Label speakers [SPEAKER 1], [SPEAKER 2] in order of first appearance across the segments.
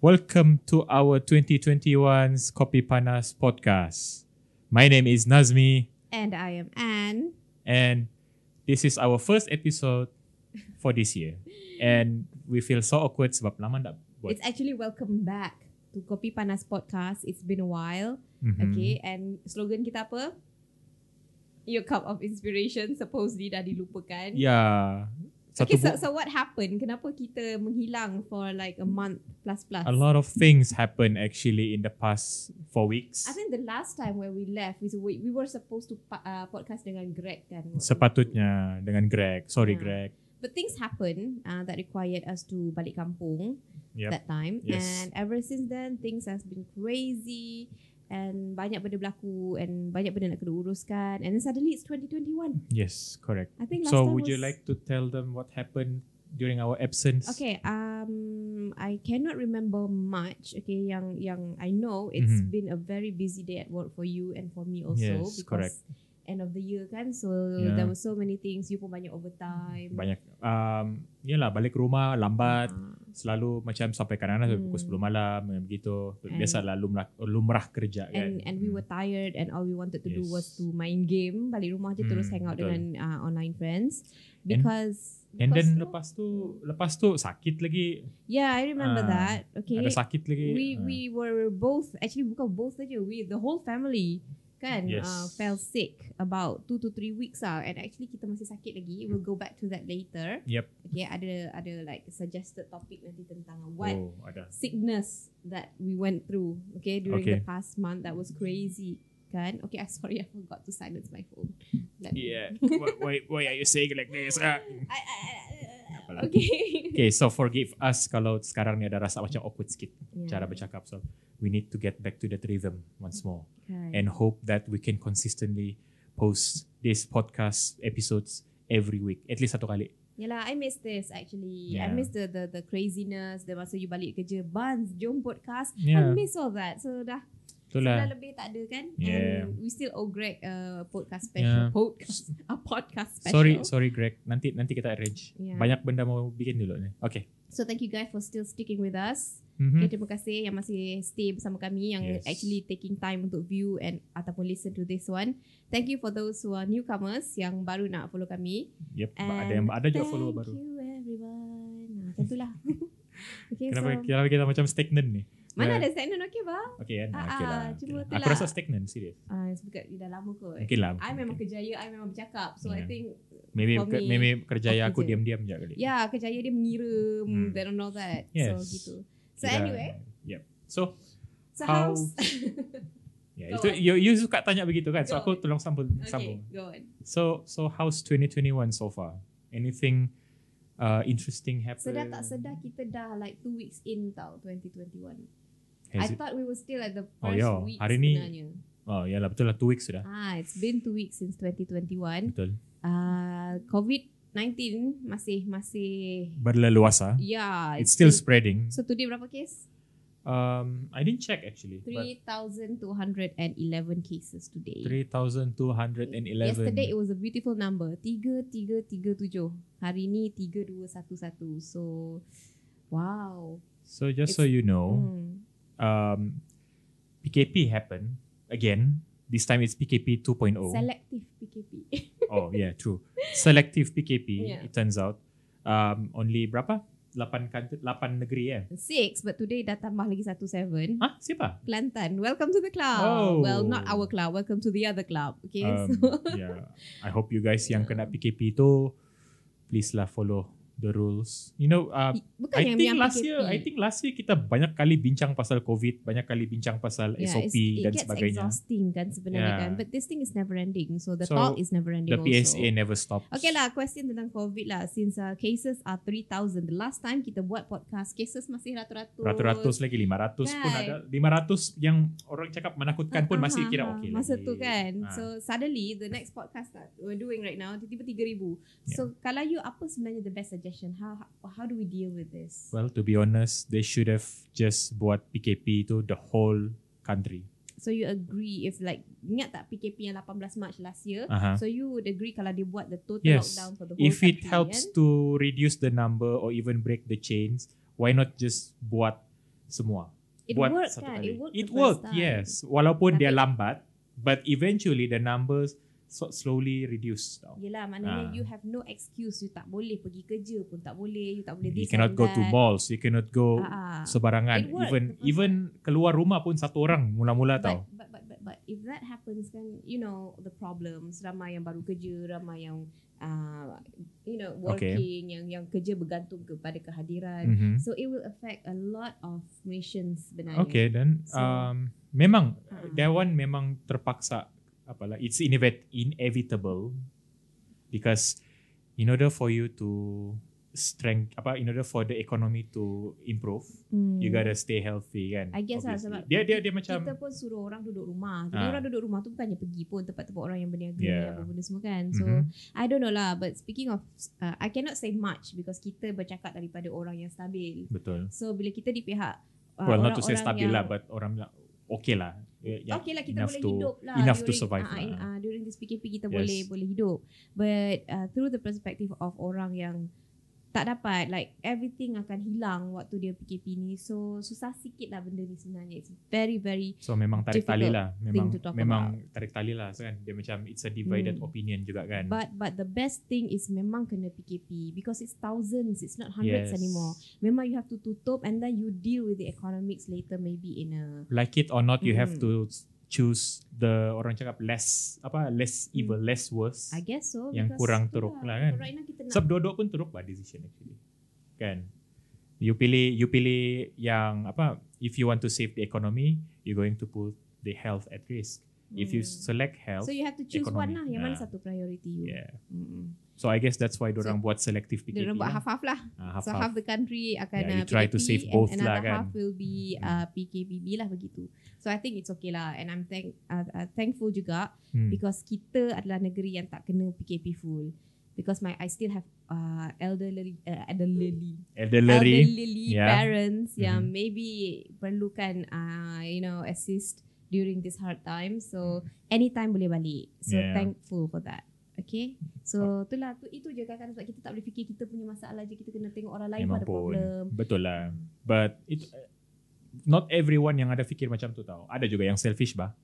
[SPEAKER 1] Welcome to our 2021's Kopi Panas podcast. My name is Nazmi
[SPEAKER 2] And I am Anne.
[SPEAKER 1] and this is our first episode for this year. And we feel so awkward sebab lama tak buat.
[SPEAKER 2] It's actually welcome back to Kopi Panas Podcast. It's been a while.
[SPEAKER 1] Mhm.
[SPEAKER 2] Okay, and slogan kita apa? Your cup of inspiration supposedly dah dilupakan.
[SPEAKER 1] Yeah. Ya, Satu
[SPEAKER 2] okay, so,
[SPEAKER 1] bu-
[SPEAKER 2] so what happened? Kenapa kita menghilang for like a month plus plus?
[SPEAKER 1] a lot of things happened actually in the past four weeks.
[SPEAKER 2] I think the last time when we left, we, we, we were supposed to pa- uh, podcast dengan Greg kan?
[SPEAKER 1] Sepatutnya dengan Greg. Sorry
[SPEAKER 2] Ah.
[SPEAKER 1] Greg.
[SPEAKER 2] But things happened uh, that required us to balik kampung.
[SPEAKER 1] Yep.
[SPEAKER 2] that time
[SPEAKER 1] Yes.
[SPEAKER 2] and ever since then things has been crazy and banyak benda berlaku and banyak benda nak kena uruskan and then suddenly it's 2021
[SPEAKER 1] Yes, correct.
[SPEAKER 2] I think last
[SPEAKER 1] So
[SPEAKER 2] time
[SPEAKER 1] would
[SPEAKER 2] was,
[SPEAKER 1] you like to tell them what happened during our absence?
[SPEAKER 2] okay um I cannot remember much okay yang yang I know
[SPEAKER 1] Mhm.
[SPEAKER 2] it's been a very busy day at work for you and for me also
[SPEAKER 1] Yes,
[SPEAKER 2] because
[SPEAKER 1] correct.
[SPEAKER 2] end of the year kan so
[SPEAKER 1] Yeah.
[SPEAKER 2] there were so many things you pun banyak overtime
[SPEAKER 1] banyak um, yelah balik rumah lambat
[SPEAKER 2] Ah.
[SPEAKER 1] selalu macam sampai kadang-kadang sampai
[SPEAKER 2] Hmm.
[SPEAKER 1] pukul 10 malam macam begitu
[SPEAKER 2] And-
[SPEAKER 1] biasalah lumrah lumrah kerja kan
[SPEAKER 2] And and we were tired and all we wanted to do
[SPEAKER 1] Yes.
[SPEAKER 2] was to main game, balik rumah je terus
[SPEAKER 1] Hmm,
[SPEAKER 2] hang out
[SPEAKER 1] betul.
[SPEAKER 2] dengan uh, online friends
[SPEAKER 1] And-
[SPEAKER 2] because
[SPEAKER 1] Hmm. and then
[SPEAKER 2] because-
[SPEAKER 1] lepas tu lepas tu sakit lagi
[SPEAKER 2] yeah, I remember
[SPEAKER 1] Ah,
[SPEAKER 2] that. Okay.
[SPEAKER 1] ada sakit lagi
[SPEAKER 2] We
[SPEAKER 1] Ah.
[SPEAKER 2] we were both actually bukan both saja, we the whole family kan
[SPEAKER 1] Yes.
[SPEAKER 2] uh, fell sick about 2 to 3 weeks ah and actually kita masih sakit lagi. We'll go back to that later.
[SPEAKER 1] Yep.
[SPEAKER 2] Okay, ada ada like suggested topic nanti tentang what
[SPEAKER 1] oh ada
[SPEAKER 2] sickness that we went through okay during
[SPEAKER 1] Okay.
[SPEAKER 2] the past month that was crazy kan okay I sorry I forgot to silence my phone Let-
[SPEAKER 1] yeah why, why, why are you saying like this Ah.
[SPEAKER 2] I, I, I-
[SPEAKER 1] Apalah.
[SPEAKER 2] okay
[SPEAKER 1] okay so forgive us kalau sekarang ni ada rasa macam awkward sikit
[SPEAKER 2] Yeah.
[SPEAKER 1] cara bercakap so we need to get back to that rhythm once more
[SPEAKER 2] Kan.
[SPEAKER 1] and hope that we can consistently post these podcast episodes every week at least satu kali
[SPEAKER 2] Yalah, I miss this actually. I
[SPEAKER 1] Yeah.
[SPEAKER 2] miss the the the craziness, the masa you balik kerja, buns, jom podcast. I
[SPEAKER 1] Yeah.
[SPEAKER 2] miss all that. So dah, so dah
[SPEAKER 1] itulah
[SPEAKER 2] lebih tak ada kan?
[SPEAKER 1] Yeah.
[SPEAKER 2] And we still owe Greg a podcast special.
[SPEAKER 1] Yeah.
[SPEAKER 2] Podcast, a podcast special.
[SPEAKER 1] sorry sorry Greg nanti nanti kita arrange
[SPEAKER 2] Yeah.
[SPEAKER 1] banyak benda mau bikin dulu ni okay
[SPEAKER 2] So thank you guys for still sticking with us.
[SPEAKER 1] Mhm.
[SPEAKER 2] Okay, terima kasih yang masih stay bersama kami yang
[SPEAKER 1] Yes.
[SPEAKER 2] actually taking time untuk view and ataupun listen to this one. Thank you for those who are newcomers yang baru nak follow kami.
[SPEAKER 1] yep
[SPEAKER 2] And
[SPEAKER 1] ada yang ada juga follow baru
[SPEAKER 2] Thank you everyone. Nah, macam tu lah. okay,
[SPEAKER 1] kenapa
[SPEAKER 2] so
[SPEAKER 1] kenapa kita macam stagnant ni
[SPEAKER 2] mana
[SPEAKER 1] Yeah.
[SPEAKER 2] ada segment okay ba?
[SPEAKER 1] okay kan
[SPEAKER 2] Ah,
[SPEAKER 1] okay
[SPEAKER 2] ah,
[SPEAKER 1] lah
[SPEAKER 2] cuma
[SPEAKER 1] okay
[SPEAKER 2] tu
[SPEAKER 1] lah. aku
[SPEAKER 2] lah.
[SPEAKER 1] rasa stagnant serius
[SPEAKER 2] Ah, uh, sebab dah lama kot.
[SPEAKER 1] mungkin lah
[SPEAKER 2] I memang kerjaya, I memang bercakap. So
[SPEAKER 1] Yeah.
[SPEAKER 2] I think
[SPEAKER 1] maybe
[SPEAKER 2] for
[SPEAKER 1] ke-
[SPEAKER 2] me,
[SPEAKER 1] maybe kerjaya
[SPEAKER 2] aku
[SPEAKER 1] aku
[SPEAKER 2] je.
[SPEAKER 1] diam-diam je kali
[SPEAKER 2] yeah, kerjaya dia mengira
[SPEAKER 1] Hmm.
[SPEAKER 2] hmm. that and all that. So
[SPEAKER 1] Yes.
[SPEAKER 2] gitu. So
[SPEAKER 1] Kita-
[SPEAKER 2] anyway,
[SPEAKER 1] yep so
[SPEAKER 2] so
[SPEAKER 1] How-
[SPEAKER 2] how's
[SPEAKER 1] yeah,
[SPEAKER 2] Go
[SPEAKER 1] itu you, you suka tanya begitu kan so
[SPEAKER 2] Go
[SPEAKER 1] aku tolong sambung
[SPEAKER 2] okay,
[SPEAKER 1] sambung
[SPEAKER 2] go on.
[SPEAKER 1] So so how's 2021 so far? Anything uh, interesting happened?
[SPEAKER 2] Sedar tak sedar kita dah like two weeks in tau 2021. I
[SPEAKER 1] Has it?
[SPEAKER 2] thought we were still at the first
[SPEAKER 1] Oh, yeah.
[SPEAKER 2] week
[SPEAKER 1] Hari ni-
[SPEAKER 2] sebenarnya.
[SPEAKER 1] Oh ya lah betul lah two weeks sudah.
[SPEAKER 2] Ah, it's been two weeks since 2021.
[SPEAKER 1] Betul.
[SPEAKER 2] Uh, COVID-19 masih masih
[SPEAKER 1] Berleluasa.
[SPEAKER 2] yeah,
[SPEAKER 1] It's still spreading.
[SPEAKER 2] So today berapa kes?
[SPEAKER 1] Um, I didn't check actually. but
[SPEAKER 2] 3,211 cases today.
[SPEAKER 1] 3,211.
[SPEAKER 2] Yesterday it was a beautiful number. 3337. Hari ni 3211. So wow.
[SPEAKER 1] So just so you know,
[SPEAKER 2] Hmm.
[SPEAKER 1] um, PKP happened again. This time it's PKP 2.0.
[SPEAKER 2] Selective PKP.
[SPEAKER 1] oh yeah, true. Selective PKP.
[SPEAKER 2] Yeah.
[SPEAKER 1] It turns out um, only berapa? 8 kant- 8 negeri ya.
[SPEAKER 2] Six, but today dah tambah lagi satu seven.
[SPEAKER 1] Ah, siapa?
[SPEAKER 2] Kelantan. Welcome to the club.
[SPEAKER 1] Oh.
[SPEAKER 2] Well, not our club. Welcome to the other club. Okay.
[SPEAKER 1] Um,
[SPEAKER 2] so,
[SPEAKER 1] yeah. I hope you guys yang kena PKP tu please lah follow the rules. You know, uh,
[SPEAKER 2] bukan
[SPEAKER 1] I
[SPEAKER 2] yang
[SPEAKER 1] think
[SPEAKER 2] yang
[SPEAKER 1] last
[SPEAKER 2] PKP.
[SPEAKER 1] year, I think last year kita banyak kali bincang pasal COVID, banyak kali bincang pasal
[SPEAKER 2] Yeah,
[SPEAKER 1] SOP
[SPEAKER 2] it's-
[SPEAKER 1] dan
[SPEAKER 2] it gets
[SPEAKER 1] sebagainya.
[SPEAKER 2] exhausting kan sebenarnya
[SPEAKER 1] Yeah.
[SPEAKER 2] kan. But this thing is never ending. So the
[SPEAKER 1] So,
[SPEAKER 2] talk is never ending
[SPEAKER 1] The PSA
[SPEAKER 2] also.
[SPEAKER 1] never stops.
[SPEAKER 2] Okay lah, question tentang COVID lah. Since uh, cases are 3,000. The last time kita buat podcast, cases masih ratus-ratus.
[SPEAKER 1] Ratus-ratus lagi 500 pun
[SPEAKER 2] Right.
[SPEAKER 1] ada 500 yang orang cakap menakutkan Kan pun
[SPEAKER 2] Ah,
[SPEAKER 1] masih
[SPEAKER 2] ah,
[SPEAKER 1] kira lah.
[SPEAKER 2] ah.
[SPEAKER 1] okey
[SPEAKER 2] Masa
[SPEAKER 1] lagi.
[SPEAKER 2] tu kan.
[SPEAKER 1] Ah.
[SPEAKER 2] So suddenly the next podcast that we're doing right now tiba-tiba 3000. So kalau you apa sebenarnya the best suggestion? How how, how do we deal with this?
[SPEAKER 1] Ah, Well, to be honest, they should have just buat PKP tu the whole country.
[SPEAKER 2] So you agree if like ingat tak PKP yang 18 March last year?
[SPEAKER 1] Aha.
[SPEAKER 2] So you would agree kalau dia buat the total
[SPEAKER 1] Uh-huh. Yes.
[SPEAKER 2] lockdown for the whole
[SPEAKER 1] if it
[SPEAKER 2] country,
[SPEAKER 1] helps
[SPEAKER 2] kan?
[SPEAKER 1] to reduce the number or even break the chains, why not just buat semua.
[SPEAKER 2] It
[SPEAKER 1] buat
[SPEAKER 2] worked
[SPEAKER 1] satu
[SPEAKER 2] kan?
[SPEAKER 1] kali.
[SPEAKER 2] It worked
[SPEAKER 1] It
[SPEAKER 2] the first
[SPEAKER 1] worked,
[SPEAKER 2] time.
[SPEAKER 1] yes. Walaupun dia
[SPEAKER 2] Tapi-
[SPEAKER 1] lambat, but eventually the numbers so slowly reduce. Tau.
[SPEAKER 2] Yelah
[SPEAKER 1] Ah.
[SPEAKER 2] maknanya you have no excuse You tak boleh pergi kerja pun Tak boleh You tak boleh
[SPEAKER 1] You
[SPEAKER 2] this
[SPEAKER 1] cannot
[SPEAKER 2] and
[SPEAKER 1] go to
[SPEAKER 2] that.
[SPEAKER 1] malls, you cannot go
[SPEAKER 2] Ah, ah.
[SPEAKER 1] sebarangan.
[SPEAKER 2] It
[SPEAKER 1] Even
[SPEAKER 2] worked the first
[SPEAKER 1] even keluar rumah pun satu orang mula-mula tau.
[SPEAKER 2] But, but, but, but, but if that happens then you know the problems ramai yang baru kerja ramai yang uh, you know
[SPEAKER 1] Okay.
[SPEAKER 2] working yang yang kerja bergantung kepada kehadiran
[SPEAKER 1] Mhm.
[SPEAKER 2] so it will affect a lot of nations sebenarnya
[SPEAKER 1] Okay then
[SPEAKER 2] So-
[SPEAKER 1] um, memang
[SPEAKER 2] Ah.
[SPEAKER 1] that one memang terpaksa apalah it's inevi- inevitable because in order for you to strength apa in order for the economy to improve
[SPEAKER 2] Hmm.
[SPEAKER 1] you gotta stay healthy kan
[SPEAKER 2] I guess lah
[SPEAKER 1] obviously.
[SPEAKER 2] sebab
[SPEAKER 1] dia dia dia macam
[SPEAKER 2] kita pun suruh orang duduk rumah jadi
[SPEAKER 1] Ah.
[SPEAKER 2] orang duduk rumah tu bukannya pergi pun tempat-tempat orang yang berniaga
[SPEAKER 1] Yeah.
[SPEAKER 2] yeah. apa benda semua kan so
[SPEAKER 1] Mhm.
[SPEAKER 2] I don't know lah but speaking of uh, I cannot say much because kita bercakap daripada orang yang stabil
[SPEAKER 1] betul
[SPEAKER 2] so bila kita di pihak uh,
[SPEAKER 1] well not to say
[SPEAKER 2] orang-orang
[SPEAKER 1] stabil
[SPEAKER 2] yang-
[SPEAKER 1] lah but orang bilang okay lah Eh, ya,
[SPEAKER 2] okay lah kita
[SPEAKER 1] enough
[SPEAKER 2] boleh
[SPEAKER 1] to-
[SPEAKER 2] hidup lah
[SPEAKER 1] enough to
[SPEAKER 2] during,
[SPEAKER 1] survive
[SPEAKER 2] uh,
[SPEAKER 1] lah.
[SPEAKER 2] in, uh, during this PKP kita
[SPEAKER 1] Yes.
[SPEAKER 2] boleh boleh hidup but uh, through the perspective of orang yang tak dapat like everything akan hilang waktu dia PKP ni so susah sikit lah benda ni sebenarnya it's very very
[SPEAKER 1] so memang tarik tali
[SPEAKER 2] difficult
[SPEAKER 1] lah memang
[SPEAKER 2] to talk
[SPEAKER 1] memang tarik tali lah so kan dia macam it's a divided
[SPEAKER 2] Hmm.
[SPEAKER 1] opinion juga kan
[SPEAKER 2] but but the best thing is memang kena PKP because it's thousands it's not hundreds
[SPEAKER 1] Yes.
[SPEAKER 2] anymore memang you have to tutup and then you deal with the economics later maybe in a
[SPEAKER 1] like it or not you have
[SPEAKER 2] Mm.
[SPEAKER 1] to choose the orang cakap less apa less evil less worse
[SPEAKER 2] Mm. I guess so
[SPEAKER 1] Yang
[SPEAKER 2] because
[SPEAKER 1] kurang
[SPEAKER 2] tu
[SPEAKER 1] teruk lah kan.
[SPEAKER 2] right now kita nak
[SPEAKER 1] sebab dua-dua pun teruk lah decision actually kan you pilih you pilih yang apa if you want to save the economy you're going to put the health at risk if you
[SPEAKER 2] Hmm.
[SPEAKER 1] select health
[SPEAKER 2] So you have to choose
[SPEAKER 1] economy.
[SPEAKER 2] one lah Yang mana
[SPEAKER 1] Ah.
[SPEAKER 2] satu priority you
[SPEAKER 1] yeah
[SPEAKER 2] Mm-mm.
[SPEAKER 1] so I guess that's why orang buat selective PKP
[SPEAKER 2] Dia orang buat
[SPEAKER 1] lah.
[SPEAKER 2] half-half lah
[SPEAKER 1] Ah,
[SPEAKER 2] So half the country akan
[SPEAKER 1] Yeah, you
[SPEAKER 2] uh,
[SPEAKER 1] try to
[SPEAKER 2] PKP
[SPEAKER 1] save
[SPEAKER 2] and
[SPEAKER 1] both lah
[SPEAKER 2] another
[SPEAKER 1] kan.
[SPEAKER 2] half will be
[SPEAKER 1] Mm.
[SPEAKER 2] uh, PKPB lah begitu So I think it's okay lah And I'm thank, uh, uh, thankful juga
[SPEAKER 1] Hmm.
[SPEAKER 2] Because kita adalah negeri yang tak kena PKP full Because my I still have uh, elderly uh, elderly
[SPEAKER 1] elderly
[SPEAKER 2] elderly
[SPEAKER 1] Yeah.
[SPEAKER 2] parents yang
[SPEAKER 1] Mhm.
[SPEAKER 2] maybe perlukan uh, you know assist during this hard time so anytime boleh balik
[SPEAKER 1] Mm-hmm.
[SPEAKER 2] so
[SPEAKER 1] Yeah. Oh.
[SPEAKER 2] thankful for that okay so itulah tu itu je kadang-kadang sebab kita tak boleh fikir kita punya masalah je kita kena tengok orang lain pun
[SPEAKER 1] memang
[SPEAKER 2] ada
[SPEAKER 1] pun
[SPEAKER 2] problem
[SPEAKER 1] betul lah but it not everyone yang ada fikir macam tu tau ada juga yang selfish bah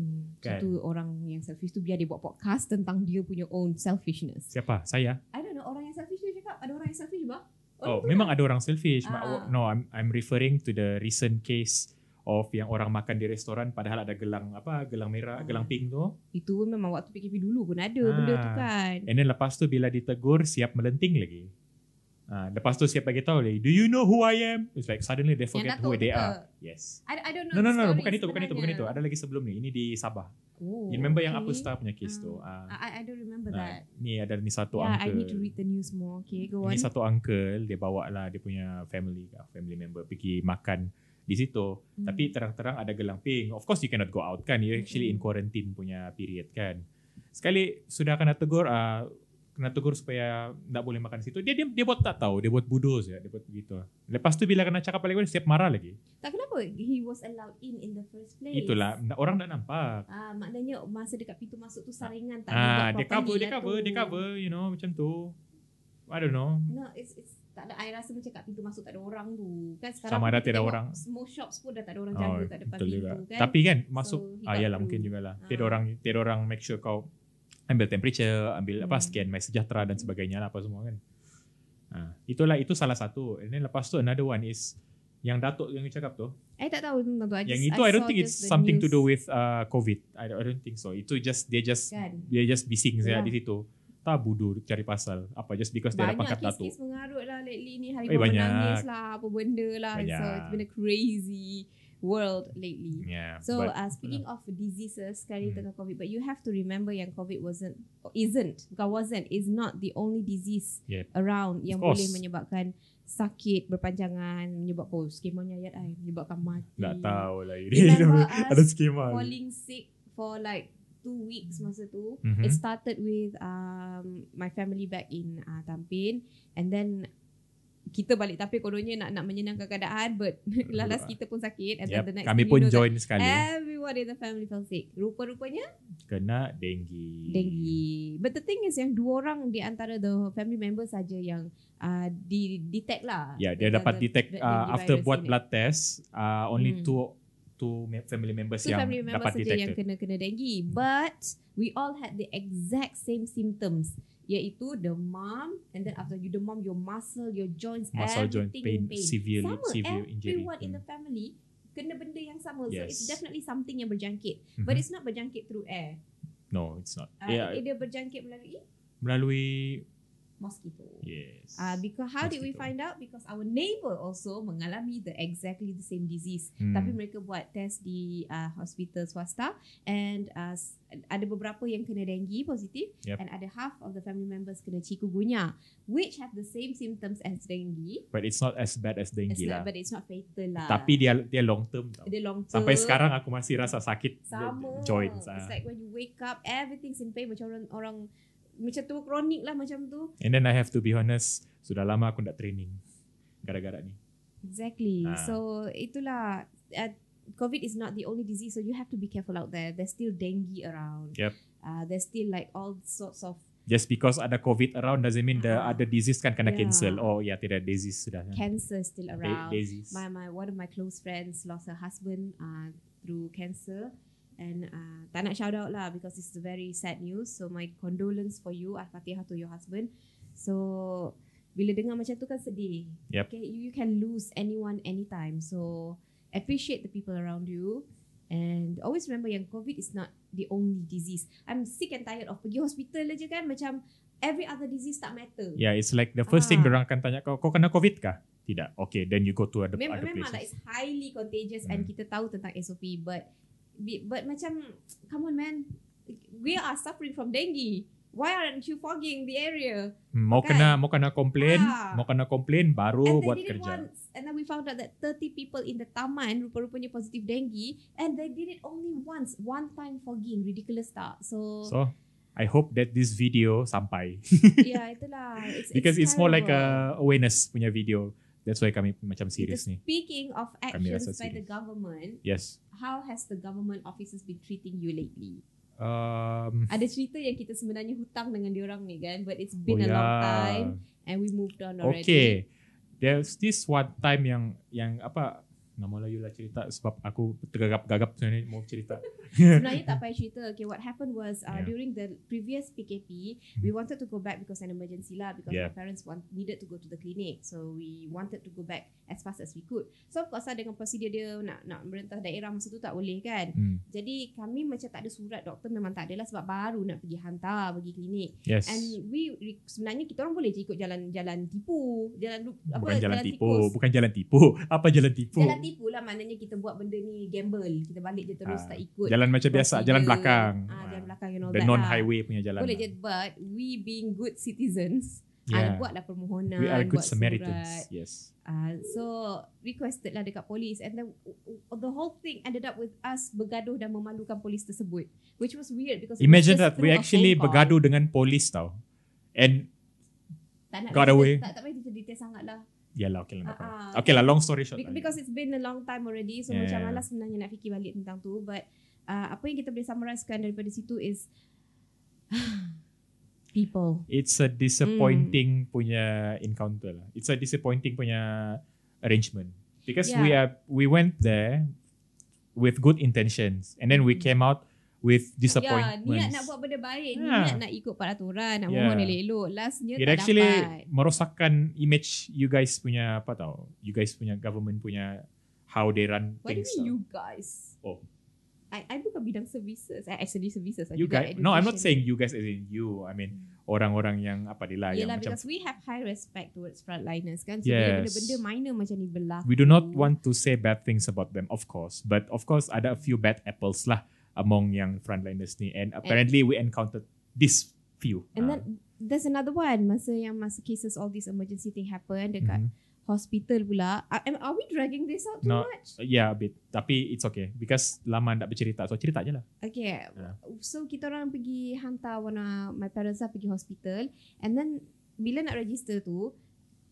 [SPEAKER 2] hmm.
[SPEAKER 1] Kan.
[SPEAKER 2] satu orang yang selfish tu biar dia buat podcast tentang dia punya own selfishness
[SPEAKER 1] siapa saya
[SPEAKER 2] I don't know orang yang selfish dia cakap ada orang yang selfish bah
[SPEAKER 1] Oh, memang ada orang selfish. Ah.
[SPEAKER 2] Ah.
[SPEAKER 1] No, I'm I'm referring to the recent case of yang orang makan di restoran padahal ada gelang apa gelang merah,
[SPEAKER 2] Ah.
[SPEAKER 1] gelang pink tu.
[SPEAKER 2] itu pun memang waktu PKP dulu pun ada benda tu
[SPEAKER 1] Ah.
[SPEAKER 2] kan
[SPEAKER 1] And then lepas tu bila ditegur siap melenting lagi. Ah, lepas tu siap bagi tahu lagi, "Do you know who I am?" It's like suddenly they forget who
[SPEAKER 2] datuk
[SPEAKER 1] they
[SPEAKER 2] tu ke?
[SPEAKER 1] are. Yes.
[SPEAKER 2] I, I don't know
[SPEAKER 1] No no
[SPEAKER 2] the
[SPEAKER 1] no, bukan
[SPEAKER 2] story
[SPEAKER 1] itu, bukan itu, bukan
[SPEAKER 2] sebenarnya.
[SPEAKER 1] itu. Ada lagi sebelum ni. Ini di Sabah.
[SPEAKER 2] Oh,
[SPEAKER 1] You remember yang apa
[SPEAKER 2] okay.
[SPEAKER 1] star punya case tu? Ah.
[SPEAKER 2] I, I don't remember
[SPEAKER 1] ah,
[SPEAKER 2] that.
[SPEAKER 1] ni ada ni satu
[SPEAKER 2] yeah, Ya,
[SPEAKER 1] uncle.
[SPEAKER 2] I need to read the news more. Okay, go on.
[SPEAKER 1] Ini satu uncle dia bawa lah dia punya family ah, family member pergi makan di situ.
[SPEAKER 2] Hmm.
[SPEAKER 1] Tapi terang-terang ada gelang pink. Of course you cannot go out kan. You actually in
[SPEAKER 2] Mm-mm.
[SPEAKER 1] quarantine punya period kan. Sekali sudah kena tegur ah, kena tegur supaya tak boleh makan situ. Dia dia, dia buat tak tahu, dia buat bodoh saja, dia buat begitu. Lepas tu bila kena cakap balik siap marah lagi.
[SPEAKER 2] tak kenapa he was allowed in in the first place.
[SPEAKER 1] Itulah orang tak nampak.
[SPEAKER 2] Ah, maknanya masa dekat pintu masuk tu saringan tak
[SPEAKER 1] Ah,
[SPEAKER 2] dibuat
[SPEAKER 1] dia
[SPEAKER 2] properly
[SPEAKER 1] cover, dia
[SPEAKER 2] lah
[SPEAKER 1] cover,
[SPEAKER 2] tu.
[SPEAKER 1] dia cover, you know macam tu. I don't know.
[SPEAKER 2] No, it's it's tak ada I rasa macam kat pintu masuk tak ada orang tu. Kan sekarang
[SPEAKER 1] Sama
[SPEAKER 2] pun
[SPEAKER 1] ada
[SPEAKER 2] kita
[SPEAKER 1] tiada
[SPEAKER 2] tengok
[SPEAKER 1] orang. Oh,
[SPEAKER 2] Semua shops pun dah tak ada orang jaga kat depan
[SPEAKER 1] betul
[SPEAKER 2] pintu
[SPEAKER 1] juga.
[SPEAKER 2] kan.
[SPEAKER 1] Tapi kan masuk
[SPEAKER 2] he
[SPEAKER 1] ah
[SPEAKER 2] got
[SPEAKER 1] yalah
[SPEAKER 2] through.
[SPEAKER 1] mungkin jugalah.
[SPEAKER 2] Ah.
[SPEAKER 1] Tiada orang tiada orang make sure kau ambil temperature, ambil apa
[SPEAKER 2] Hmm.
[SPEAKER 1] scan MySejahtera dan sebagainya lah apa semua kan. Ah, itulah itu salah satu. And then lepas tu another one is yang datuk yang you cakap tu.
[SPEAKER 2] I tak tahu tentang tu. I just,
[SPEAKER 1] yang itu I, don't
[SPEAKER 2] saw
[SPEAKER 1] think it's
[SPEAKER 2] just the
[SPEAKER 1] something to
[SPEAKER 2] news.
[SPEAKER 1] do with uh, COVID. I, I don't think so. Itu just they just
[SPEAKER 2] kan.
[SPEAKER 1] they just bising saya
[SPEAKER 2] Yalah.
[SPEAKER 1] di situ. Tak bodoh cari pasal apa just because dia ada
[SPEAKER 2] Banyak
[SPEAKER 1] pangkat datuk.
[SPEAKER 2] kes-kes mengarut lah lately ni
[SPEAKER 1] Eh,
[SPEAKER 2] Harimau
[SPEAKER 1] banyak.
[SPEAKER 2] menangis lah Apa benda lah So
[SPEAKER 1] Banyak.
[SPEAKER 2] it's been a crazy world lately
[SPEAKER 1] Yeah.
[SPEAKER 2] So
[SPEAKER 1] Ya, but-
[SPEAKER 2] uh, speaking of diseases sekali
[SPEAKER 1] Hmm.
[SPEAKER 2] tengah COVID, but you have to remember yang COVID wasn't isn't bukan wasn't is not the only disease
[SPEAKER 1] Yeah.
[SPEAKER 2] around yang
[SPEAKER 1] course.
[SPEAKER 2] boleh menyebabkan sakit berpanjangan menyebabkan oh, skema nyayat ai menyebabkan mati.
[SPEAKER 1] tak tahu lah.
[SPEAKER 2] Remember
[SPEAKER 1] ada
[SPEAKER 2] us
[SPEAKER 1] skema.
[SPEAKER 2] Falling sick for like two weeks masa tu.
[SPEAKER 1] Mhm.
[SPEAKER 2] It started with um, my family back in uh, Tampin and then kita balik tapi kononnya nak nak menyenangkan keadaan but lalas kita pun sakit and
[SPEAKER 1] Yep.
[SPEAKER 2] yep. then the next Eh?
[SPEAKER 1] Kami
[SPEAKER 2] thing
[SPEAKER 1] pun
[SPEAKER 2] you know
[SPEAKER 1] join
[SPEAKER 2] that
[SPEAKER 1] sekali.
[SPEAKER 2] everyone in the family fell sick rupa-rupanya
[SPEAKER 1] Kena denggi.
[SPEAKER 2] denggi but the thing is yang dua orang di antara the family member saja yang uh, di detect lah
[SPEAKER 1] Yeah, Ya, dia
[SPEAKER 2] the-
[SPEAKER 1] dapat
[SPEAKER 2] the-
[SPEAKER 1] detect
[SPEAKER 2] the
[SPEAKER 1] uh,
[SPEAKER 2] dengue
[SPEAKER 1] after
[SPEAKER 2] virus
[SPEAKER 1] buat
[SPEAKER 2] ini.
[SPEAKER 1] blood test, uh, only
[SPEAKER 2] Hmm.
[SPEAKER 1] two two me- family members
[SPEAKER 2] So
[SPEAKER 1] yang
[SPEAKER 2] family member
[SPEAKER 1] dapat
[SPEAKER 2] saja yang
[SPEAKER 1] detected.
[SPEAKER 2] kena kena denggi. But we all had the exact same symptoms iaitu demam and then after you demam your muscle, your joints,
[SPEAKER 1] Muscle joint pain,
[SPEAKER 2] everything in pain.
[SPEAKER 1] severe
[SPEAKER 2] sama
[SPEAKER 1] severe injury. Hmm.
[SPEAKER 2] everyone in the family kena benda yang sama. So
[SPEAKER 1] Yes.
[SPEAKER 2] it's definitely something yang berjangkit.
[SPEAKER 1] Mhm.
[SPEAKER 2] But it's not berjangkit through air.
[SPEAKER 1] no, it's not.
[SPEAKER 2] Uh,
[SPEAKER 1] yeah,
[SPEAKER 2] yeah. Dia berjangkit melalui
[SPEAKER 1] melalui
[SPEAKER 2] mosquito.
[SPEAKER 1] yes.
[SPEAKER 2] Uh, because how did we
[SPEAKER 1] Mosquito.
[SPEAKER 2] find out? Because our neighbor also mengalami the exactly the same disease.
[SPEAKER 1] Hmm.
[SPEAKER 2] Tapi mereka buat test di uh, hospital swasta and uh, s- ada beberapa yang kena dengue positif
[SPEAKER 1] Yep.
[SPEAKER 2] and ada half of the family members kena chikungunya which have the same symptoms as dengue
[SPEAKER 1] but it's not as bad as
[SPEAKER 2] it's
[SPEAKER 1] denggi lah.
[SPEAKER 2] not, but it's not fatal lah.
[SPEAKER 1] Tapi dia dia long term tau.
[SPEAKER 2] dia long term
[SPEAKER 1] Sampai sekarang aku masih rasa sakit
[SPEAKER 2] sama.
[SPEAKER 1] joints. ah.
[SPEAKER 2] It's like when you wake up everything's in pain macam orang, orang macam tu kronik lah macam tu.
[SPEAKER 1] And then I have to be honest, sudah lama aku tak training gara-gara ni.
[SPEAKER 2] Exactly.
[SPEAKER 1] Ah.
[SPEAKER 2] So itulah uh, COVID is not the only disease, so you have to be careful out there. There's still dengue around.
[SPEAKER 1] Yep.
[SPEAKER 2] Uh, there's still like all sorts of
[SPEAKER 1] Just because ada COVID around doesn't mean the
[SPEAKER 2] Ah.
[SPEAKER 1] ada disease kan kena
[SPEAKER 2] Yeah.
[SPEAKER 1] cancel. Oh ya tidak disease sudah.
[SPEAKER 2] cancer still around.
[SPEAKER 1] disease.
[SPEAKER 2] My my one of my close friends lost her husband uh, through cancer. And uh, tak nak shout out lah because it's very sad news. So my condolence for you, Al-Fatihah to your husband. So bila dengar macam tu kan sedih.
[SPEAKER 1] Yep.
[SPEAKER 2] Okay, you, you can lose anyone anytime. So appreciate the people around you. And always remember yang COVID is not the only disease. I'm sick and tired of pergi hospital je kan macam every other disease tak matter.
[SPEAKER 1] Yeah, it's like the first thing
[SPEAKER 2] Ah.
[SPEAKER 1] orang akan tanya kau, kau kena COVID kah? Tidak. Okay, then you go to other,
[SPEAKER 2] Mem-
[SPEAKER 1] other
[SPEAKER 2] memang lah
[SPEAKER 1] places.
[SPEAKER 2] it's highly contagious and
[SPEAKER 1] Hmm.
[SPEAKER 2] kita tahu tentang SOP but bi- but macam come on man we are suffering from dengue why aren't you fogging the area
[SPEAKER 1] Hmm, mau
[SPEAKER 2] kan?
[SPEAKER 1] kena mau kena complain,
[SPEAKER 2] Ah.
[SPEAKER 1] mau kena complain baru
[SPEAKER 2] and
[SPEAKER 1] buat
[SPEAKER 2] they did
[SPEAKER 1] Oh,
[SPEAKER 2] it
[SPEAKER 1] kerja.
[SPEAKER 2] once and then we found out that 30 people in the taman rupa-rupanya positive dengue and they did it only once one time fogging ridiculous tak so,
[SPEAKER 1] So, I hope that this video sampai
[SPEAKER 2] yeah itulah it's,
[SPEAKER 1] because it's, more like a
[SPEAKER 2] terrible.
[SPEAKER 1] awareness punya video. That's why kami macam serius ni.
[SPEAKER 2] Kita Speaking of actions
[SPEAKER 1] rasa
[SPEAKER 2] by
[SPEAKER 1] serious.
[SPEAKER 2] the government,
[SPEAKER 1] Yes.
[SPEAKER 2] how has the government officers been treating you lately?
[SPEAKER 1] Um,
[SPEAKER 2] ada cerita yang kita sebenarnya hutang dengan diorang ni kan but it's
[SPEAKER 1] oh
[SPEAKER 2] been a long
[SPEAKER 1] yeah.
[SPEAKER 2] time and we moved on already
[SPEAKER 1] Okay. There's this one time yang yang apa nama Melayu lah cerita sebab aku tergagap-gagap sebenarnya mau cerita.
[SPEAKER 2] sebenarnya tak payah cerita okay what happened was
[SPEAKER 1] Yeah.
[SPEAKER 2] uh,
[SPEAKER 1] Mm-hmm.
[SPEAKER 2] during the previous PKP we wanted to go back because an emergency lah because
[SPEAKER 1] Yeah.
[SPEAKER 2] my parents want, needed to go to the clinic so we wanted to go back as fast as we could so of course lah dengan prosedur dia nak nak merentah daerah masa tu tak boleh kan
[SPEAKER 1] Hmm,
[SPEAKER 2] jadi kami macam tak ada surat doktor memang tak ada lah sebab baru nak pergi hantar pergi klinik
[SPEAKER 1] Yes.
[SPEAKER 2] And we re- sebenarnya kita orang boleh je ikut jalan-jalan tipu, jalan lu- apa
[SPEAKER 1] bukan jalan tipu,
[SPEAKER 2] tikus.
[SPEAKER 1] bukan jalan tipu. Apa jalan tipu?
[SPEAKER 2] Jalan tipu lah maknanya kita buat benda ni gamble, kita balik je terus
[SPEAKER 1] Ah,
[SPEAKER 2] tak ikut.
[SPEAKER 1] Jalan macam biasa,
[SPEAKER 2] prosedur.
[SPEAKER 1] jalan belakang.
[SPEAKER 2] Ah, jalan belakang you know
[SPEAKER 1] The
[SPEAKER 2] that.
[SPEAKER 1] non
[SPEAKER 2] lah.
[SPEAKER 1] highway punya jalan.
[SPEAKER 2] Boleh je but we being good citizens, yeah.
[SPEAKER 1] Yeah.
[SPEAKER 2] buatlah permohonan,
[SPEAKER 1] We are good
[SPEAKER 2] buat
[SPEAKER 1] Samaritans.
[SPEAKER 2] surat.
[SPEAKER 1] Yes.
[SPEAKER 2] Ah, so requested lah dekat polis and then the whole thing ended up with us bergaduh dan memalukan polis tersebut which was weird because it was
[SPEAKER 1] Imagine
[SPEAKER 2] just
[SPEAKER 1] that we
[SPEAKER 2] through a
[SPEAKER 1] actually
[SPEAKER 2] phone call.
[SPEAKER 1] bergaduh dengan polis tau. And
[SPEAKER 2] tak nak
[SPEAKER 1] got
[SPEAKER 2] cerita-
[SPEAKER 1] away.
[SPEAKER 2] tak tak payah cerita detail sangat lah
[SPEAKER 1] yalah okay lah.
[SPEAKER 2] Ah,
[SPEAKER 1] Uh,
[SPEAKER 2] ah.
[SPEAKER 1] okay lah long story short. lah.
[SPEAKER 2] Be- because it's been a long time already so
[SPEAKER 1] Yeah.
[SPEAKER 2] yeah. macam malas sebenarnya nak fikir balik tentang tu but uh, apa yang kita boleh summarizekan daripada situ is people
[SPEAKER 1] It's a disappointing punya encounter lah. It's a disappointing punya arrangement because we are we went there with good intentions and then we
[SPEAKER 2] Mhm.
[SPEAKER 1] came out with
[SPEAKER 2] Ya,
[SPEAKER 1] disappointments.
[SPEAKER 2] niat nak buat benda baik,
[SPEAKER 1] Yeah.
[SPEAKER 2] niat nak ikut peraturan, nak
[SPEAKER 1] Yeah.
[SPEAKER 2] mohon elok-elok. Lastnya
[SPEAKER 1] It
[SPEAKER 2] tak
[SPEAKER 1] actually
[SPEAKER 2] dapat.
[SPEAKER 1] merosakkan image you guys punya apa tau? You guys punya government punya how they run
[SPEAKER 2] What do you
[SPEAKER 1] things.
[SPEAKER 2] mean
[SPEAKER 1] tau.
[SPEAKER 2] you guys?
[SPEAKER 1] Oh.
[SPEAKER 2] I, I bukan bidang services. I, I study services. I
[SPEAKER 1] you
[SPEAKER 2] juga
[SPEAKER 1] guys no i'm not
[SPEAKER 2] education. Hmm.
[SPEAKER 1] saying you guys as in you i mean orang-orang yang apa dia lah yang
[SPEAKER 2] Yelah
[SPEAKER 1] macam
[SPEAKER 2] because we have high respect towards frontliners kan. So
[SPEAKER 1] Yes.
[SPEAKER 2] bila benda-benda minor macam ni berlaku.
[SPEAKER 1] we do not want to say bad things about them of course but of course ada a few bad apples lah among yang frontliners ni and apparently we encountered this few
[SPEAKER 2] And
[SPEAKER 1] Ah,
[SPEAKER 2] then there's another one masa yang masa cases all these emergency thing happen dekat
[SPEAKER 1] mhm.
[SPEAKER 2] hospital pula. Are, am- are we dragging this out too
[SPEAKER 1] No.
[SPEAKER 2] much?
[SPEAKER 1] yeah a bit tapi it's okay because lama tak bercerita so cerita je lah
[SPEAKER 2] Okay.
[SPEAKER 1] Yeah.
[SPEAKER 2] So kita orang pergi hantar one of my parents lah pergi hospital and then bila nak register tu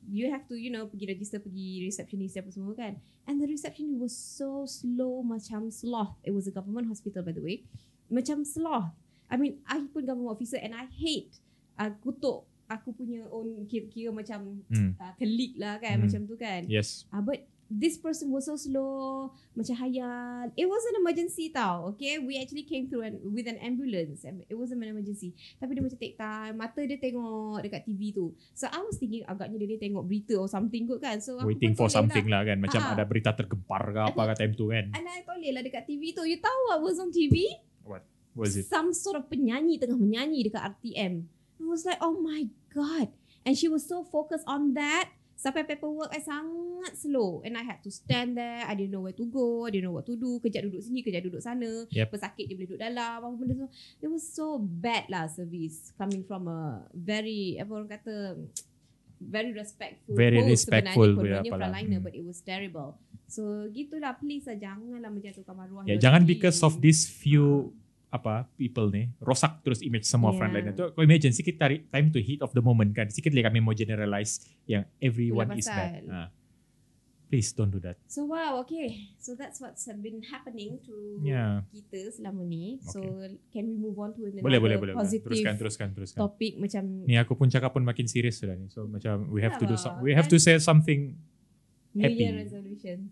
[SPEAKER 2] you have to you know pergi register pergi receptionist apa semua kan and the receptionist was so slow macam sloth it was a government hospital by the way macam sloth I mean I pun government officer and I hate uh, kutuk aku punya own kira-kira macam
[SPEAKER 1] Hmm.
[SPEAKER 2] uh, colleague lah kan
[SPEAKER 1] Hmm.
[SPEAKER 2] macam tu kan
[SPEAKER 1] Yes.
[SPEAKER 2] Uh, but this person was so slow, macam hayal. It was an emergency tau, okay? We actually came through an, with an ambulance. and It was an emergency. Tapi dia macam take time. Mata dia tengok dekat TV tu. So I was thinking agaknya dia ni tengok berita or something kot kan. So aku
[SPEAKER 1] Waiting for
[SPEAKER 2] pun toleh
[SPEAKER 1] something lah kan. Macam
[SPEAKER 2] Ah.
[SPEAKER 1] ada berita tergempar ke apa kat time tu kan.
[SPEAKER 2] Lah. And I toleh lah dekat TV tu. You tahu what was on TV?
[SPEAKER 1] Was it?
[SPEAKER 2] Some sort of penyanyi tengah menyanyi dekat RTM. I was like, oh my god. And she was so focused on that. Sampai paperwork I sangat slow. And I had to stand there. I didn't know where to go. I didn't know what to do. Kejap duduk sini, kejap duduk sana.
[SPEAKER 1] Yep.
[SPEAKER 2] Pesakit dia boleh duduk dalam. Apa benda tu. It was so bad lah service. Coming from a very, apa orang kata, very respectful.
[SPEAKER 1] Very
[SPEAKER 2] role
[SPEAKER 1] respectful punya
[SPEAKER 2] Sebenarnya
[SPEAKER 1] apalah.
[SPEAKER 2] frontliner.
[SPEAKER 1] Hmm.
[SPEAKER 2] But it was terrible. So gitulah please lah. Janganlah menjatuhkan maruah.
[SPEAKER 1] Ya,
[SPEAKER 2] your
[SPEAKER 1] jangan
[SPEAKER 2] team.
[SPEAKER 1] because of these few apa people ni rosak terus image semua
[SPEAKER 2] Yeah.
[SPEAKER 1] frontliner tu. Kau imagine sikit tarik time to heat of the moment kan. Sikit lagi kami mau generalize yang everyone
[SPEAKER 2] Itulah
[SPEAKER 1] is
[SPEAKER 2] pasal.
[SPEAKER 1] bad. Ah. Please don't do that.
[SPEAKER 2] So wow, okay. So that's what's been happening to
[SPEAKER 1] Yeah.
[SPEAKER 2] kita selama ni. So
[SPEAKER 1] Okay.
[SPEAKER 2] can we move on to another
[SPEAKER 1] Ya. Boleh boleh boleh. boleh.
[SPEAKER 2] positive
[SPEAKER 1] Teruskan teruskan teruskan.
[SPEAKER 2] topic macam
[SPEAKER 1] Ni aku pun cakap pun makin serius sudah ni. So macam we have to do
[SPEAKER 2] Kenapa?
[SPEAKER 1] some, we have to say something
[SPEAKER 2] New Year
[SPEAKER 1] happy.
[SPEAKER 2] resolutions.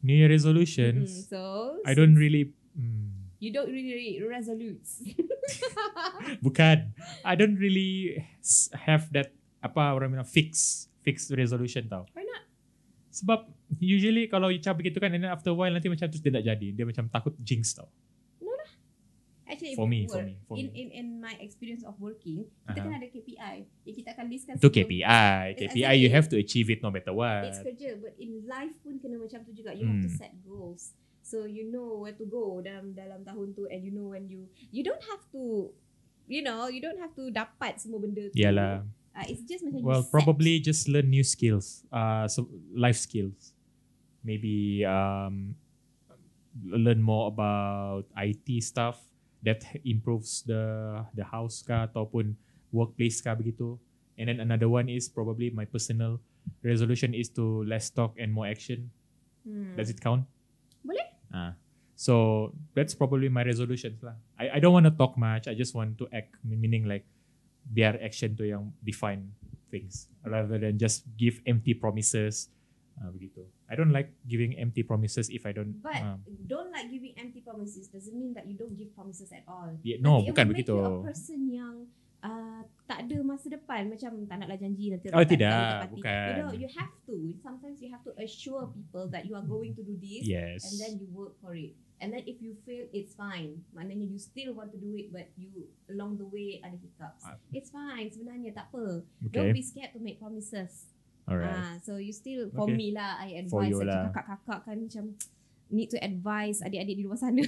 [SPEAKER 1] New Year
[SPEAKER 2] Mm,
[SPEAKER 1] resolutions.
[SPEAKER 2] so
[SPEAKER 1] I don't really mm,
[SPEAKER 2] you don't really resolutes.
[SPEAKER 1] Bukan. I don't really s- have that apa orang bilang fix fixed resolution tau.
[SPEAKER 2] Why not?
[SPEAKER 1] Sebab usually kalau you cakap begitu kan and then after a while nanti macam terus dia tak jadi. Dia macam takut jinx tau.
[SPEAKER 2] Actually
[SPEAKER 1] For
[SPEAKER 2] if
[SPEAKER 1] me,
[SPEAKER 2] you
[SPEAKER 1] for
[SPEAKER 2] work,
[SPEAKER 1] me, for
[SPEAKER 2] in,
[SPEAKER 1] me. Uh-huh.
[SPEAKER 2] in in my experience of working,
[SPEAKER 1] Aha.
[SPEAKER 2] kita kan ada KPI yang kita akan kan listkan
[SPEAKER 1] Ah. Itu
[SPEAKER 2] sebelum-
[SPEAKER 1] KPI.
[SPEAKER 2] It's
[SPEAKER 1] KPI you
[SPEAKER 2] exactly-
[SPEAKER 1] have to achieve it no matter what.
[SPEAKER 2] It's kerja but in life pun kena macam tu juga. You have to
[SPEAKER 1] Hmm.
[SPEAKER 2] set goals. So you know where to go dalam dalam tahun tu and you know when you you don't have to you know you don't have to dapat semua benda tu.
[SPEAKER 1] Yalah.
[SPEAKER 2] Uh, it's just macam
[SPEAKER 1] Well,
[SPEAKER 2] you set.
[SPEAKER 1] probably just learn new skills, uh, so life skills. Maybe um, learn more about IT stuff that improves the the house ka ataupun workplace ka begitu. And then another one is probably my personal resolution is to less talk and more action.
[SPEAKER 2] Hmm.
[SPEAKER 1] Does it count?
[SPEAKER 2] Boleh.
[SPEAKER 1] Ah. So that's probably my resolutions lah. I, I don't want to talk much. I just want to act. Meaning like biar action tu yang define things rather than just give empty promises. Ah, begitu. I don't like giving empty promises if I don't.
[SPEAKER 2] But
[SPEAKER 1] ah.
[SPEAKER 2] don't like giving empty promises doesn't mean that you don't give promises at all.
[SPEAKER 1] Yeah, no,
[SPEAKER 2] Nanti it
[SPEAKER 1] bukan
[SPEAKER 2] will
[SPEAKER 1] begitu.
[SPEAKER 2] Make you a person yang uh, tak ada masa depan macam tak naklah janji nanti
[SPEAKER 1] Oh,
[SPEAKER 2] tak-
[SPEAKER 1] tidak,
[SPEAKER 2] tak dapat parti.
[SPEAKER 1] bukan.
[SPEAKER 2] You know, you have to. Sometimes you have to assure people that you are going to do this.
[SPEAKER 1] Yes.
[SPEAKER 2] and then you work for it. And then if you fail, it's fine. Maknanya you still want to do it but you along the way ada hiccups.
[SPEAKER 1] Ah.
[SPEAKER 2] It's fine sebenarnya tak apa.
[SPEAKER 1] okay.
[SPEAKER 2] Don't be scared to make promises.
[SPEAKER 1] Alright.
[SPEAKER 2] Ah, so you still for
[SPEAKER 1] Okay.
[SPEAKER 2] me lah I
[SPEAKER 1] For
[SPEAKER 2] advise
[SPEAKER 1] you
[SPEAKER 2] macam
[SPEAKER 1] lah.
[SPEAKER 2] kakak-kakak kan macam need to advise adik-adik di luar sana.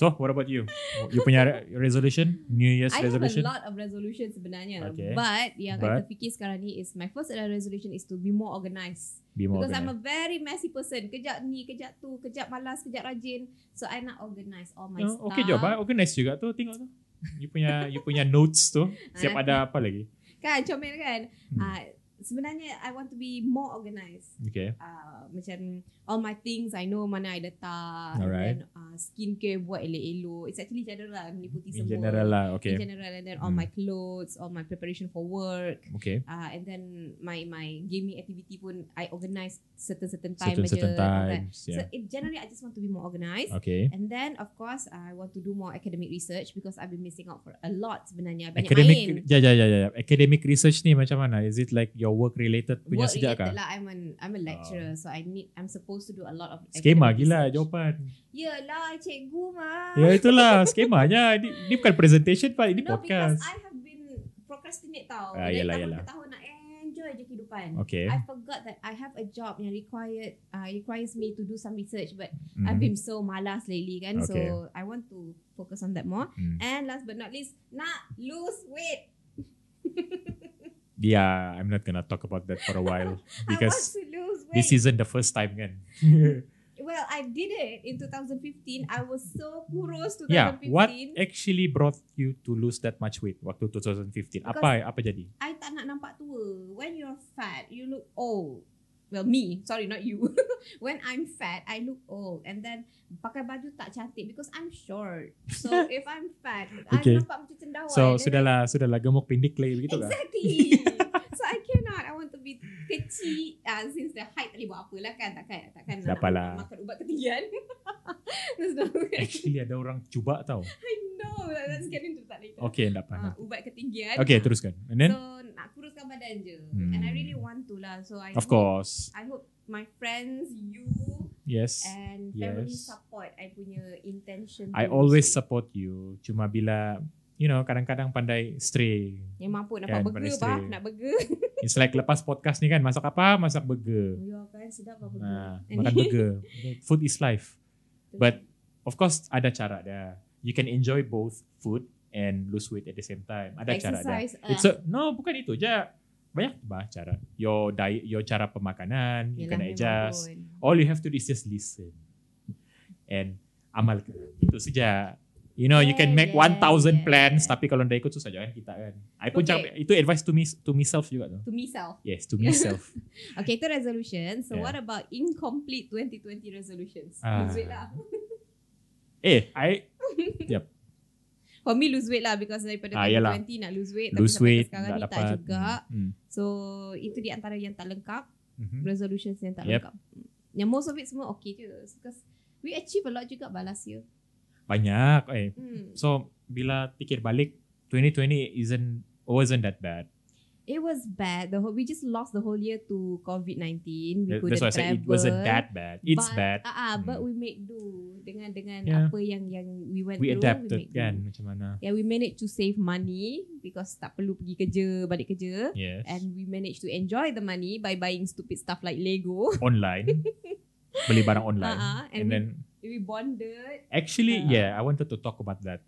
[SPEAKER 1] So what about you? You punya re- resolution? New Year's
[SPEAKER 2] I
[SPEAKER 1] resolution?
[SPEAKER 2] have a lot of resolution sebenarnya.
[SPEAKER 1] Okay.
[SPEAKER 2] But yang I
[SPEAKER 1] But?
[SPEAKER 2] terfikir sekarang ni is my first resolution is to be more organized.
[SPEAKER 1] Be more
[SPEAKER 2] Because I'm
[SPEAKER 1] organized.
[SPEAKER 2] a very messy person. Kejap ni, kejap tu, kejap malas, kejap rajin. So I nak organize all my
[SPEAKER 1] Oh,
[SPEAKER 2] stuff.
[SPEAKER 1] okay job. ah. Organize juga tu. Tengok tu. You punya you punya notes tu. Siap
[SPEAKER 2] Ah.
[SPEAKER 1] ada apa lagi?
[SPEAKER 2] Kan comel kan?
[SPEAKER 1] Hmm.
[SPEAKER 2] Ah, sebenarnya I want to be more organized.
[SPEAKER 1] Okay.
[SPEAKER 2] Ah, macam all my things I know mana I letak.
[SPEAKER 1] Alright.
[SPEAKER 2] And then uh, skincare buat elok-elok. It's actually general lah meliputi
[SPEAKER 1] In
[SPEAKER 2] semua.
[SPEAKER 1] general lah.
[SPEAKER 2] In
[SPEAKER 1] Okay.
[SPEAKER 2] general and then all
[SPEAKER 1] Hmm.
[SPEAKER 2] my clothes, all my preparation for work.
[SPEAKER 1] Okay.
[SPEAKER 2] Uh, and then my my gaming activity pun I organize certain certain time
[SPEAKER 1] certain
[SPEAKER 2] aja.
[SPEAKER 1] certain
[SPEAKER 2] Kan?
[SPEAKER 1] times.
[SPEAKER 2] So
[SPEAKER 1] Yeah.
[SPEAKER 2] it, generally I just want to be more organized.
[SPEAKER 1] okay.
[SPEAKER 2] And then of course I want to do more academic research because I've been missing out for a lot sebenarnya banyak main.
[SPEAKER 1] Academic, ya, ya, ya, ya. Academic research ni macam mana? Is it like your work related punya
[SPEAKER 2] Work
[SPEAKER 1] sejak kan? kah?
[SPEAKER 2] related lah I'm an I'm a lecturer so I need I'm supposed to do a lot of
[SPEAKER 1] Skema
[SPEAKER 2] academic
[SPEAKER 1] gila
[SPEAKER 2] research.
[SPEAKER 1] jawapan.
[SPEAKER 2] Yelah cikgu mah.
[SPEAKER 1] Ya itulah skemanya. Ini, ini bukan presentation pak, ini
[SPEAKER 2] no because
[SPEAKER 1] podcast.
[SPEAKER 2] I have been procrastinate tau.
[SPEAKER 1] Ah,
[SPEAKER 2] Dari
[SPEAKER 1] yelah,
[SPEAKER 2] tahun
[SPEAKER 1] yelah.
[SPEAKER 2] ke tahun nak enjoy je kehidupan.
[SPEAKER 1] Okay.
[SPEAKER 2] I forgot that I have a job yang required uh, requires me to do some research but
[SPEAKER 1] Mhm.
[SPEAKER 2] I've been so malas lately kan
[SPEAKER 1] Okay.
[SPEAKER 2] so I want to focus on that more.
[SPEAKER 1] Hmm.
[SPEAKER 2] And last but not least, nak lose weight.
[SPEAKER 1] Yeah, I'm not gonna talk about that for a while because
[SPEAKER 2] I want to lose weight.
[SPEAKER 1] this isn't the first time kan.
[SPEAKER 2] well, I did it in 2015. I was so kurus 2015.
[SPEAKER 1] yeah, what actually brought you to lose that much weight waktu 2015? Apa apa jadi?
[SPEAKER 2] I tak nak nampak tua. you, when you're fat, you look old. Well, me, sorry, not you. when I'm fat, I look old. And then pakai baju tak cantik because I'm short. So if I'm fat,
[SPEAKER 1] Okay.
[SPEAKER 2] Oh, I nampak macam
[SPEAKER 1] So
[SPEAKER 2] cendawan. And then-
[SPEAKER 1] sudahlah sudahlah gemuk pendek lagi begitu lah.
[SPEAKER 2] Exactly. so I cannot. I want to be kecil uh, since the height tak boleh buat apa lah kan. Takkan, takkan nak-
[SPEAKER 1] Dapat lah.
[SPEAKER 2] nak makan ubat ketinggian. That's not good.
[SPEAKER 1] Actually ada orang cuba tau.
[SPEAKER 2] I know. Let's get into that later.
[SPEAKER 1] Okay tak
[SPEAKER 2] Uh,
[SPEAKER 1] panas.
[SPEAKER 2] ubat ketinggian.
[SPEAKER 1] Okay teruskan. And then
[SPEAKER 2] So nak kuruskan badan je.
[SPEAKER 1] Hmm.
[SPEAKER 2] And I really want to lah. So I
[SPEAKER 1] of
[SPEAKER 2] hope,
[SPEAKER 1] course
[SPEAKER 2] I hope my friends, you
[SPEAKER 1] yes.
[SPEAKER 2] and family
[SPEAKER 1] Yes.
[SPEAKER 2] support I punya intention.
[SPEAKER 1] I
[SPEAKER 2] to-
[SPEAKER 1] always support you. Cuma bila you know kadang-kadang pandai stray.
[SPEAKER 2] yang mampu nampak
[SPEAKER 1] Kan,
[SPEAKER 2] burger
[SPEAKER 1] pada
[SPEAKER 2] bah,
[SPEAKER 1] isteri.
[SPEAKER 2] nak burger.
[SPEAKER 1] It's like lepas podcast ni kan masak apa? Masak burger.
[SPEAKER 2] Ya kan sedap apa burger.
[SPEAKER 1] Nah,
[SPEAKER 2] And-
[SPEAKER 1] makan burger. Food is life. But of course ada cara dia. You can enjoy both food and lose weight at the same time. Ada cara dia.
[SPEAKER 2] exercise. ah.
[SPEAKER 1] It's a, no, bukan itu je. Banyak bah cara. Your diet, your cara pemakanan, you
[SPEAKER 2] Yelah,
[SPEAKER 1] can
[SPEAKER 2] memang
[SPEAKER 1] adjust.
[SPEAKER 2] pun.
[SPEAKER 1] All you have to do is just listen and amalkan. Itu saja. You know, you can
[SPEAKER 2] Yeah,
[SPEAKER 1] make 1000
[SPEAKER 2] yeah, yeah.
[SPEAKER 1] plans tapi kalau dah ikut susah jangan kita kan. I pun
[SPEAKER 2] Okay.
[SPEAKER 1] cakap itu advice to me to myself juga tu.
[SPEAKER 2] To me self.
[SPEAKER 1] Yes, to myself.
[SPEAKER 2] Okay, itu resolution. So
[SPEAKER 1] Yeah.
[SPEAKER 2] what about incomplete 2020 resolutions?
[SPEAKER 1] Ah.
[SPEAKER 2] Lose weight lah.
[SPEAKER 1] eh, I
[SPEAKER 2] For me lose weight lah because daripada
[SPEAKER 1] Ah,
[SPEAKER 2] 2020
[SPEAKER 1] yelah.
[SPEAKER 2] nak lose weight.
[SPEAKER 1] lose
[SPEAKER 2] Eh, tapi sampai
[SPEAKER 1] weight
[SPEAKER 2] sekarang
[SPEAKER 1] tak
[SPEAKER 2] ni
[SPEAKER 1] dapat.
[SPEAKER 2] tak juga.
[SPEAKER 1] Hmm.
[SPEAKER 2] So itu di antara yang tak lengkap.
[SPEAKER 1] Mhm.
[SPEAKER 2] Resolutions yang tak
[SPEAKER 1] Yep.
[SPEAKER 2] lengkap. Hmm. Yang most of it semua okay je. Because we achieve a lot juga bah last year.
[SPEAKER 1] Banyak. Eh,
[SPEAKER 2] Hmm.
[SPEAKER 1] So bila fikir balik 2020 isn't wasn't that bad.
[SPEAKER 2] It was bad. The whole, we just lost the whole year to COVID-19. We
[SPEAKER 1] That-
[SPEAKER 2] couldn't
[SPEAKER 1] That's why I said
[SPEAKER 2] travel.
[SPEAKER 1] it wasn't that bad. It's
[SPEAKER 2] but,
[SPEAKER 1] bad.
[SPEAKER 2] Ah, ah, but
[SPEAKER 1] Hmm.
[SPEAKER 2] we make do dengan dengan
[SPEAKER 1] Yeah.
[SPEAKER 2] apa yang yang we went
[SPEAKER 1] We
[SPEAKER 2] through.
[SPEAKER 1] adapted
[SPEAKER 2] we make do.
[SPEAKER 1] kan macam mana.
[SPEAKER 2] Yeah, we managed to save money because tak perlu pergi kerja, balik kerja.
[SPEAKER 1] Yes.
[SPEAKER 2] And we managed to enjoy the money by buying stupid stuff like Lego.
[SPEAKER 1] online. Beli barang online.
[SPEAKER 2] Uh-uh, and
[SPEAKER 1] And
[SPEAKER 2] we-
[SPEAKER 1] then
[SPEAKER 2] We bonded.
[SPEAKER 1] actually
[SPEAKER 2] Uh.
[SPEAKER 1] yeah, I wanted to talk about that.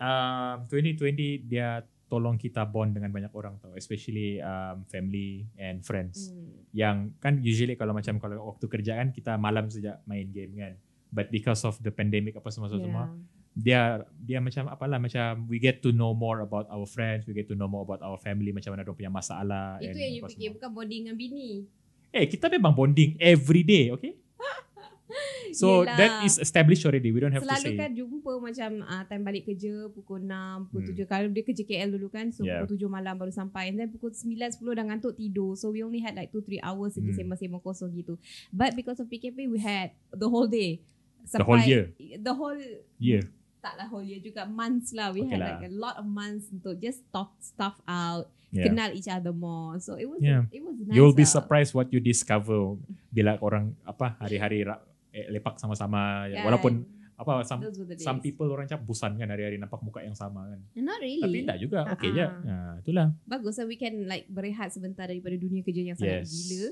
[SPEAKER 1] Um 2020 dia tolong kita bond dengan banyak orang tau, especially um, family and friends.
[SPEAKER 2] Hmm.
[SPEAKER 1] Yang kan usually kalau macam kalau waktu kerja kan kita malam saja main game kan. But because of the pandemic apa semua semua, semua dia dia macam apalah macam we get to know more about our friends, we get to know more about our family macam mana dia punya masalah
[SPEAKER 2] Itu
[SPEAKER 1] and
[SPEAKER 2] yang you
[SPEAKER 1] apa
[SPEAKER 2] fikir
[SPEAKER 1] semua.
[SPEAKER 2] bukan bonding dengan bini.
[SPEAKER 1] Eh, kita memang bonding every day, okay? So
[SPEAKER 2] Yelah.
[SPEAKER 1] that is established already. We don't have to
[SPEAKER 2] Selalu
[SPEAKER 1] say.
[SPEAKER 2] kan jumpa macam ah, time balik kerja pukul 6, pukul
[SPEAKER 1] Hmm.
[SPEAKER 2] 7. Kalau dia kerja KL dulu kan, so
[SPEAKER 1] Yeah.
[SPEAKER 2] pukul 7 malam baru sampai. And then pukul 9, 10 dah ngantuk tidur. So we only had like 2-3 hours lagi
[SPEAKER 1] Hmm.
[SPEAKER 2] sembang-sembang kosong gitu. But because of PKP, we had the whole day.
[SPEAKER 1] The whole
[SPEAKER 2] Sampai-
[SPEAKER 1] year.
[SPEAKER 2] The whole
[SPEAKER 1] Yeah.
[SPEAKER 2] taklah whole year juga months lah we
[SPEAKER 1] Okay
[SPEAKER 2] had
[SPEAKER 1] lah.
[SPEAKER 2] like a lot of months untuk just talk stuff out
[SPEAKER 1] yeah.
[SPEAKER 2] kenal each other more so it was
[SPEAKER 1] Yeah.
[SPEAKER 2] it was nice
[SPEAKER 1] You will be
[SPEAKER 2] lah.
[SPEAKER 1] surprised what you discover bila orang apa hari-hari ra- eh, lepak sama-sama ya.
[SPEAKER 2] Kan?
[SPEAKER 1] walaupun apa some,
[SPEAKER 2] those were the days
[SPEAKER 1] some people orang cakap busan kan hari-hari nampak muka yang sama kan.
[SPEAKER 2] not
[SPEAKER 1] Tapi
[SPEAKER 2] really
[SPEAKER 1] tak juga. Okay je.
[SPEAKER 2] Ah-ah.
[SPEAKER 1] Nah, itulah.
[SPEAKER 2] bagus so we can like berehat sebentar daripada dunia kerja yang sangat
[SPEAKER 1] Yes.
[SPEAKER 2] gila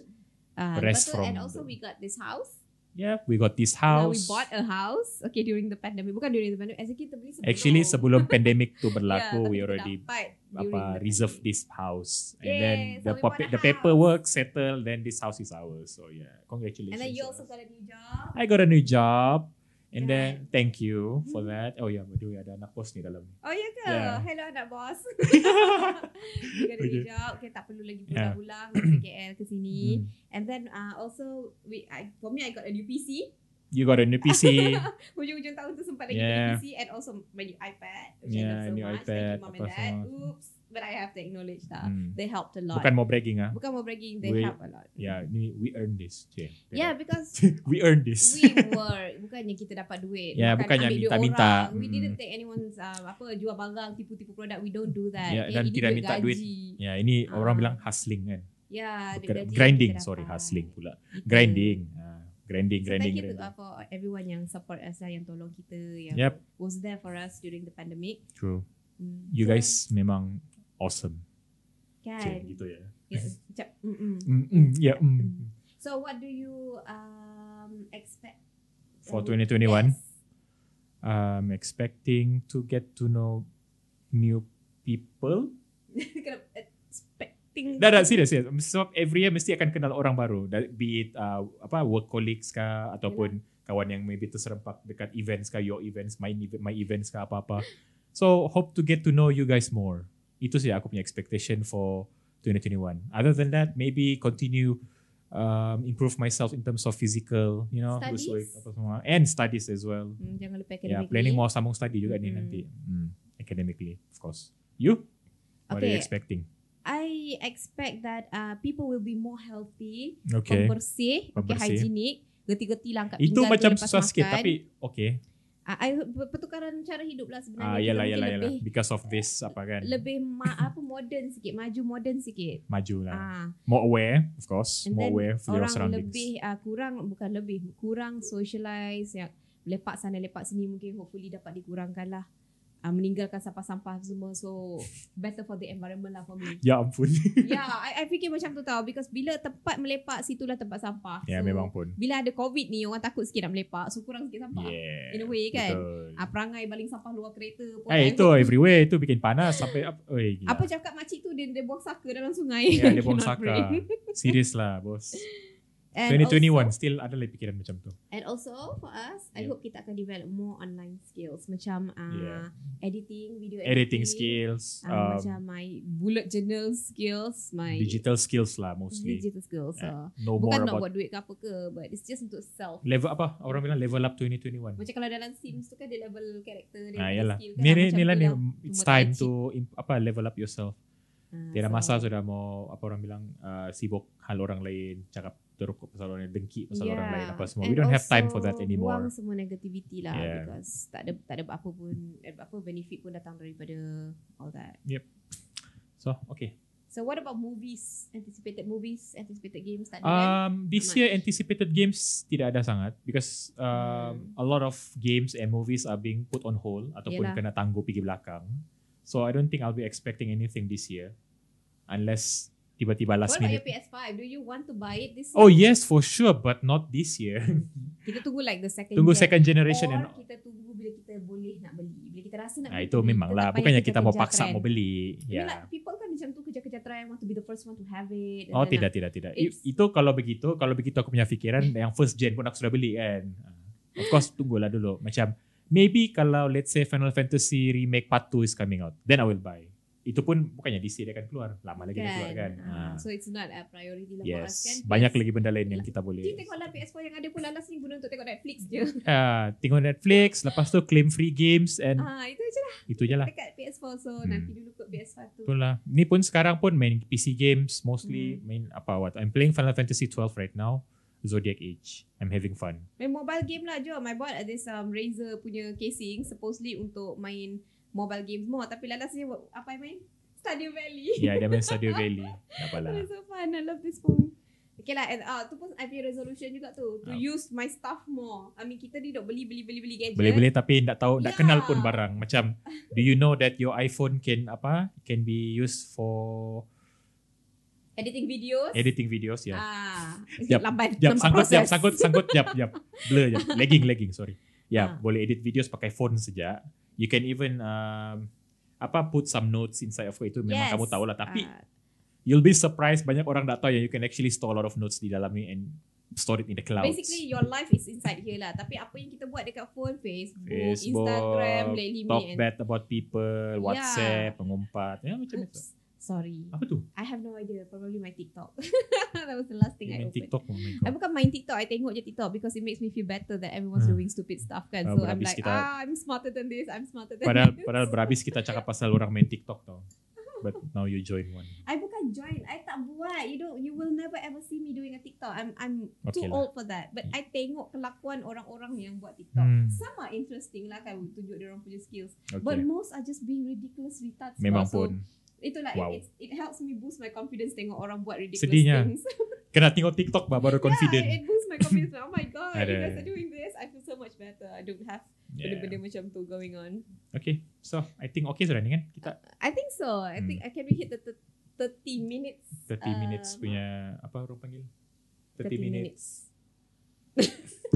[SPEAKER 2] Ah,
[SPEAKER 1] Rest
[SPEAKER 2] lepas tu,
[SPEAKER 1] from
[SPEAKER 2] and
[SPEAKER 1] the-
[SPEAKER 2] also we got this house.
[SPEAKER 1] Yeah, Ya, we got this
[SPEAKER 2] Now
[SPEAKER 1] house.
[SPEAKER 2] we bought a house. Okay, during the pandemic. Bukan during the pandemic. Actually, kita beli sebelum.
[SPEAKER 1] Actually sebelum pandemic tu
[SPEAKER 2] Yeah,
[SPEAKER 1] berlaku
[SPEAKER 2] tapi
[SPEAKER 1] we
[SPEAKER 2] kita
[SPEAKER 1] already
[SPEAKER 2] dapat during
[SPEAKER 1] apa
[SPEAKER 2] the
[SPEAKER 1] reserve
[SPEAKER 2] pandemic.
[SPEAKER 1] this house and
[SPEAKER 2] Yay,
[SPEAKER 1] then
[SPEAKER 2] so
[SPEAKER 1] the
[SPEAKER 2] we
[SPEAKER 1] papi-
[SPEAKER 2] bought a
[SPEAKER 1] the
[SPEAKER 2] house.
[SPEAKER 1] paperwork settled then this house is ours so yeah congratulations
[SPEAKER 2] And then you
[SPEAKER 1] to
[SPEAKER 2] also
[SPEAKER 1] us.
[SPEAKER 2] got a new job.
[SPEAKER 1] I got a new job and
[SPEAKER 2] Yeah.
[SPEAKER 1] then thank you for
[SPEAKER 2] Hmm.
[SPEAKER 1] that oh yeah aduh ada anak bos ni dalam ni
[SPEAKER 2] Oh ya ke?
[SPEAKER 1] Yeah.
[SPEAKER 2] Hello anak bos. you got a new
[SPEAKER 1] Okay.
[SPEAKER 2] job. Okay, tak perlu lagi
[SPEAKER 1] Yeah.
[SPEAKER 2] pulang-pulang dari KL ke sini.
[SPEAKER 1] Hmm.
[SPEAKER 2] And then uh, also we I, for me I got a new PC.
[SPEAKER 1] you got a new PC
[SPEAKER 2] Hujung-hujung tahun tu sempat lagi
[SPEAKER 1] Yeah.
[SPEAKER 2] yeah. PC and also my new iPad. Which
[SPEAKER 1] Yeah,
[SPEAKER 2] I love so
[SPEAKER 1] new
[SPEAKER 2] much.
[SPEAKER 1] iPad,
[SPEAKER 2] Thank you mom
[SPEAKER 1] apa
[SPEAKER 2] and dad.
[SPEAKER 1] semua.
[SPEAKER 2] Oops, but I have to acknowledge that
[SPEAKER 1] Hmm.
[SPEAKER 2] they helped a lot.
[SPEAKER 1] bukan mau bragging ah
[SPEAKER 2] Bukan mau bragging, they
[SPEAKER 1] We-
[SPEAKER 2] help a lot.
[SPEAKER 1] yeah ni we earn this Jen.
[SPEAKER 2] Yeah, because
[SPEAKER 1] we earn this
[SPEAKER 2] we work bukannya kita dapat duit
[SPEAKER 1] Yeah, bukannya
[SPEAKER 2] ambil duit
[SPEAKER 1] minta-minta.
[SPEAKER 2] orang. we
[SPEAKER 1] Mm.
[SPEAKER 2] didn't take anyone's um, apa jual barang tipu-tipu produk we don't do that
[SPEAKER 1] Yeah,
[SPEAKER 2] okay,
[SPEAKER 1] dan
[SPEAKER 2] ini
[SPEAKER 1] tidak
[SPEAKER 2] duit
[SPEAKER 1] minta
[SPEAKER 2] gaji.
[SPEAKER 1] duit. yeah Ya, ini orang
[SPEAKER 2] Ah.
[SPEAKER 1] bilang hustling kan
[SPEAKER 2] yeah duit
[SPEAKER 1] Bukan-
[SPEAKER 2] gaji
[SPEAKER 1] grinding
[SPEAKER 2] kita
[SPEAKER 1] sorry
[SPEAKER 2] dapat.
[SPEAKER 1] hustling pula
[SPEAKER 2] Gitu.
[SPEAKER 1] grinding Ah, grinding
[SPEAKER 2] So,
[SPEAKER 1] grinding,
[SPEAKER 2] thank you to,
[SPEAKER 1] grinding.
[SPEAKER 2] uh, for everyone yang support us lah, yang tolong kita yang
[SPEAKER 1] Yep.
[SPEAKER 2] was there for us during the pandemic
[SPEAKER 1] true
[SPEAKER 2] Mm.
[SPEAKER 1] you
[SPEAKER 2] So,
[SPEAKER 1] guys memang awesome Jen,
[SPEAKER 2] kan
[SPEAKER 1] gitu ya
[SPEAKER 2] yeah, macam, mm, mm.
[SPEAKER 1] Mm, mm, yeah, mm.
[SPEAKER 2] so what do you um, expect
[SPEAKER 1] For
[SPEAKER 2] Um,
[SPEAKER 1] 2021?
[SPEAKER 2] yes.
[SPEAKER 1] I'm expecting to get to know new people.
[SPEAKER 2] Kenapa? expecting
[SPEAKER 1] Dah, dah, serious, serious. Sebab every year mesti akan kenal orang baru. Da- Be it uh, apa, work colleagues kah, ataupun kawan yang maybe terserempak dekat events kah, your events, my, ev- my events kah, apa-apa. So, hope to get to know you guys more. Itu sih aku punya expectation for 2021. Other than that, maybe continue um, improve myself in terms of physical, you know,
[SPEAKER 2] Studies.
[SPEAKER 1] bersuai apa semua and studies as well.
[SPEAKER 2] Hmm, jangan lupa
[SPEAKER 1] Yeah,
[SPEAKER 2] academic.
[SPEAKER 1] Ya, planning more sambung study juga ni
[SPEAKER 2] Mm.
[SPEAKER 1] nanti. Mm, academically, of course. You? What are you
[SPEAKER 2] Okay.
[SPEAKER 1] expecting?
[SPEAKER 2] I expect that uh, people will be more healthy,
[SPEAKER 1] Okay.
[SPEAKER 2] pembersih, okay,
[SPEAKER 1] Pembersih.
[SPEAKER 2] hygienic, geti-geti lah angkat
[SPEAKER 1] Itu
[SPEAKER 2] pinggan tu
[SPEAKER 1] macam
[SPEAKER 2] lepas
[SPEAKER 1] susah sikit
[SPEAKER 2] makan.
[SPEAKER 1] tapi okay.
[SPEAKER 2] Ah, I, pertukaran cara hidup lah sebenarnya.
[SPEAKER 1] Ah,
[SPEAKER 2] Kita
[SPEAKER 1] yalah,
[SPEAKER 2] mungkin
[SPEAKER 1] yalah, yalah.
[SPEAKER 2] lebih eh,
[SPEAKER 1] Because of this apa kan.
[SPEAKER 2] lebih ma- apa modern sikit, maju modern sikit.
[SPEAKER 1] Maju lah.
[SPEAKER 2] Ah,
[SPEAKER 1] More aware, of course.
[SPEAKER 2] and
[SPEAKER 1] More
[SPEAKER 2] then
[SPEAKER 1] aware for your
[SPEAKER 2] orang
[SPEAKER 1] surroundings.
[SPEAKER 2] lebih uh, kurang bukan lebih kurang socialize yang lepak sana lepak sini mungkin hopefully dapat dikurangkan lah. Uh, meninggalkan sampah-sampah semua so better for the environment lah for me.
[SPEAKER 1] Ya ampun.
[SPEAKER 2] yeah, I, I fikir macam tu tau because bila tempat melepak situlah tempat sampah.
[SPEAKER 1] ya,
[SPEAKER 2] so,
[SPEAKER 1] memang pun.
[SPEAKER 2] Bila ada COVID ni orang takut sikit nak melepak so kurang sikit sampah.
[SPEAKER 1] Yeah.
[SPEAKER 2] In a way kan.
[SPEAKER 1] Betul.
[SPEAKER 2] Ah, perangai baling sampah luar kereta pun.
[SPEAKER 1] Eh
[SPEAKER 2] I
[SPEAKER 1] itu
[SPEAKER 2] hope-
[SPEAKER 1] everywhere itu bikin panas sampai apa oi gila.
[SPEAKER 2] Apa cakap makcik tu dia, dia buang saka dalam sungai.
[SPEAKER 1] Ya,
[SPEAKER 2] I
[SPEAKER 1] dia buang
[SPEAKER 2] cannot
[SPEAKER 1] saka.
[SPEAKER 2] breathe.
[SPEAKER 1] Serius lah, bos.
[SPEAKER 2] And
[SPEAKER 1] 2021
[SPEAKER 2] Also,
[SPEAKER 1] still ada lagi fikiran macam tu.
[SPEAKER 2] and also for us, I
[SPEAKER 1] Yeah.
[SPEAKER 2] hope kita akan develop more online skills macam uh,
[SPEAKER 1] Yeah.
[SPEAKER 2] editing, video editing,
[SPEAKER 1] Editing skills,
[SPEAKER 2] Uh,
[SPEAKER 1] um,
[SPEAKER 2] macam my bullet journal skills, my
[SPEAKER 1] digital skills lah mostly.
[SPEAKER 2] digital skills.
[SPEAKER 1] Yeah.
[SPEAKER 2] So.
[SPEAKER 1] Know more
[SPEAKER 2] Bukan nak
[SPEAKER 1] about
[SPEAKER 2] buat duit ke apa ke, but it's just untuk self.
[SPEAKER 1] level apa orang bilang level up 2021.
[SPEAKER 2] Macam kalau dalam Sims tu kan dia level karakter, dia
[SPEAKER 1] Nah,
[SPEAKER 2] level
[SPEAKER 1] yalah.
[SPEAKER 2] skill kan.
[SPEAKER 1] Ni
[SPEAKER 2] Ah,
[SPEAKER 1] ni
[SPEAKER 2] macam
[SPEAKER 1] ni lah
[SPEAKER 2] tu
[SPEAKER 1] ni
[SPEAKER 2] lah.
[SPEAKER 1] it's
[SPEAKER 2] Umur
[SPEAKER 1] time
[SPEAKER 2] kecil.
[SPEAKER 1] to im- apa level up yourself.
[SPEAKER 2] Ah,
[SPEAKER 1] Tiada
[SPEAKER 2] so-
[SPEAKER 1] masa sudah mau apa orang bilang uh, sibuk hal orang lain, cakap teruk pasal orang lain, dengki pasal orang lain apa semua. We
[SPEAKER 2] And
[SPEAKER 1] don't have time for
[SPEAKER 2] also
[SPEAKER 1] that anymore.
[SPEAKER 2] Buang semua negativity lah
[SPEAKER 1] Yeah.
[SPEAKER 2] yeah. because tak ada tak ada apa pun eh, apa benefit pun datang daripada all that.
[SPEAKER 1] So, okay.
[SPEAKER 2] So what about movies? Anticipated movies, anticipated games tak ada kan?
[SPEAKER 1] Um, this
[SPEAKER 2] Not
[SPEAKER 1] year anticipated games tidak ada sangat because
[SPEAKER 2] Hmm.
[SPEAKER 1] um, a lot of games and movies are being put on hold ataupun
[SPEAKER 2] Yelah.
[SPEAKER 1] kena tangguh pergi belakang. So I don't think I'll be expecting anything this year unless tiba-tiba
[SPEAKER 2] What
[SPEAKER 1] last
[SPEAKER 2] about
[SPEAKER 1] minute.
[SPEAKER 2] your PS5? Do you want to buy it this
[SPEAKER 1] Oh
[SPEAKER 2] year?
[SPEAKER 1] yes, for sure, but not this year.
[SPEAKER 2] Kita tunggu like the second
[SPEAKER 1] Tunggu
[SPEAKER 2] gen.
[SPEAKER 1] second generation
[SPEAKER 2] Or
[SPEAKER 1] and
[SPEAKER 2] Oh, kita tunggu bila kita boleh nak beli. Bila kita rasa nak
[SPEAKER 1] Nah,
[SPEAKER 2] beli.
[SPEAKER 1] itu memang
[SPEAKER 2] kita
[SPEAKER 1] lah.
[SPEAKER 2] tak payah
[SPEAKER 1] Bukannya kita mau
[SPEAKER 2] kejar-kejar
[SPEAKER 1] paksa mau
[SPEAKER 2] trend.
[SPEAKER 1] beli.
[SPEAKER 2] I mean,
[SPEAKER 1] Ya.
[SPEAKER 2] like, people kan macam tu kejar-kejar trend, want to be the first one to have it. and
[SPEAKER 1] Oh
[SPEAKER 2] then
[SPEAKER 1] tidak tidak tidak. I-
[SPEAKER 2] lah. It's-
[SPEAKER 1] Itu kalau begitu kalau begitu aku punya fikiran yang first gen pun aku sudah beli kan. Ah, Of course tunggulah dulu. Macam maybe kalau let's say Final Fantasy remake part 2 is coming out, then I will buy. Itu pun bukannya DC dia akan keluar. Lama lagi dia keluar kan.
[SPEAKER 2] Ah,
[SPEAKER 1] Ah,
[SPEAKER 2] So it's not a priority lah for us kan.
[SPEAKER 1] yes. Banyak lagi benda lain yang kita boleh.
[SPEAKER 2] Kita tengok lah PS4 yang ada pun Lalas ni guna untuk tengok Netflix je.
[SPEAKER 1] Ah, tengok Netflix, lepas tu claim free games and
[SPEAKER 2] Ah itu je lah
[SPEAKER 1] itu je lah.
[SPEAKER 2] dekat PS4 so
[SPEAKER 1] Hmm.
[SPEAKER 2] nanti dulu kot PS4 tu.
[SPEAKER 1] Betul lah. Ni pun sekarang pun main PC games mostly
[SPEAKER 2] Hmm.
[SPEAKER 1] main apa what. I'm playing Final Fantasy 12 right now. Zodiac Age. I'm having fun.
[SPEAKER 2] Main mobile game lah jom. I bought this um, Razer punya casing supposedly untuk main mobile games more tapi Lalas ni buat- apa yang main? Stardew Valley.
[SPEAKER 1] Ya, lah. yeah, dia main Stardew Valley. Tak apalah.
[SPEAKER 2] It's so fun. I love this phone. Okay lah, and uh, tu pun I punya resolution juga tu.
[SPEAKER 1] Ah.
[SPEAKER 2] To use my stuff more. I mean, kita ni dok beli, beli, beli, beli gadget.
[SPEAKER 1] Boleh-boleh tapi tak tahu, tak
[SPEAKER 2] Ya.
[SPEAKER 1] kenal pun barang. Macam, do you know that your iPhone can apa? Can be used for
[SPEAKER 2] Editing videos.
[SPEAKER 1] editing videos ya.
[SPEAKER 2] Ah,
[SPEAKER 1] Jap,
[SPEAKER 2] lambat.
[SPEAKER 1] Jap,
[SPEAKER 2] lambat
[SPEAKER 1] sangkut, jap,
[SPEAKER 2] proses.
[SPEAKER 1] sangkut, sangkut, jap, jap. Blur, jap. Lagging, lagging, sorry. Ya,
[SPEAKER 2] Ah.
[SPEAKER 1] boleh edit videos pakai phone saja. You can even um, apa put some notes inside of it. itu memang
[SPEAKER 2] Yes.
[SPEAKER 1] kamu tahu lah tapi
[SPEAKER 2] Ah,
[SPEAKER 1] you'll be surprised banyak orang tak tahu ya you can actually store a lot of notes di dalamnya and store it in the clouds.
[SPEAKER 2] Basically your life is inside here lah Tapi apa yang kita buat dekat phone Facebook,
[SPEAKER 1] Facebook,
[SPEAKER 2] Instagram Lately me
[SPEAKER 1] Talk
[SPEAKER 2] and
[SPEAKER 1] bad about people,
[SPEAKER 2] Yeah.
[SPEAKER 1] WhatsApp, pengumpat, ya macam
[SPEAKER 2] Oops
[SPEAKER 1] itu.
[SPEAKER 2] Sorry
[SPEAKER 1] Apa tu?
[SPEAKER 2] I have no idea Probably my TikTok That was the last thing
[SPEAKER 1] Dia
[SPEAKER 2] I
[SPEAKER 1] main
[SPEAKER 2] opened
[SPEAKER 1] TikTok oh my
[SPEAKER 2] I
[SPEAKER 1] god.
[SPEAKER 2] bukan main TikTok I tengok je TikTok Because it makes me feel better That everyone's
[SPEAKER 1] Ah.
[SPEAKER 2] doing stupid stuff kan
[SPEAKER 1] Ah,
[SPEAKER 2] So I'm
[SPEAKER 1] berhabis
[SPEAKER 2] like
[SPEAKER 1] kita-
[SPEAKER 2] Ah I'm smarter than this I'm smarter than
[SPEAKER 1] Padahal
[SPEAKER 2] this
[SPEAKER 1] padahal berhabis kita cakap pasal orang main TikTok tau. But now you join one.
[SPEAKER 2] I bukan join I tak buat You don't You will never ever see me Doing a TikTok I'm I'm
[SPEAKER 1] Okay
[SPEAKER 2] too
[SPEAKER 1] lah.
[SPEAKER 2] old for that But I tengok kelakuan Orang-orang yang buat TikTok
[SPEAKER 1] Hmm,
[SPEAKER 2] Some are interesting lah kan Tunjuk dia orang punya skills But
[SPEAKER 1] okay.
[SPEAKER 2] most are just being ridiculous retards.
[SPEAKER 1] Memang
[SPEAKER 2] so,
[SPEAKER 1] pun.
[SPEAKER 2] Itulah
[SPEAKER 1] Wow.
[SPEAKER 2] it, it, it helps me boost my confidence tengok orang buat ridiculous
[SPEAKER 1] Sedihnya.
[SPEAKER 2] things.
[SPEAKER 1] Kena tengok TikTok bah, baru
[SPEAKER 2] Yeah, it,
[SPEAKER 1] confident.
[SPEAKER 2] it boosts my confidence. oh my god,
[SPEAKER 1] Ada.
[SPEAKER 2] you guys are doing this. I feel so much better. I don't have
[SPEAKER 1] Yeah.
[SPEAKER 2] benda-benda macam tu going on.
[SPEAKER 1] Okay. So, I think okay sudah ni kan? Kita
[SPEAKER 2] I think so. I
[SPEAKER 1] Hmm.
[SPEAKER 2] think I can we hit the th- 30 minutes.
[SPEAKER 1] 30
[SPEAKER 2] Uh,
[SPEAKER 1] minutes punya apa orang panggil? 30, minutes.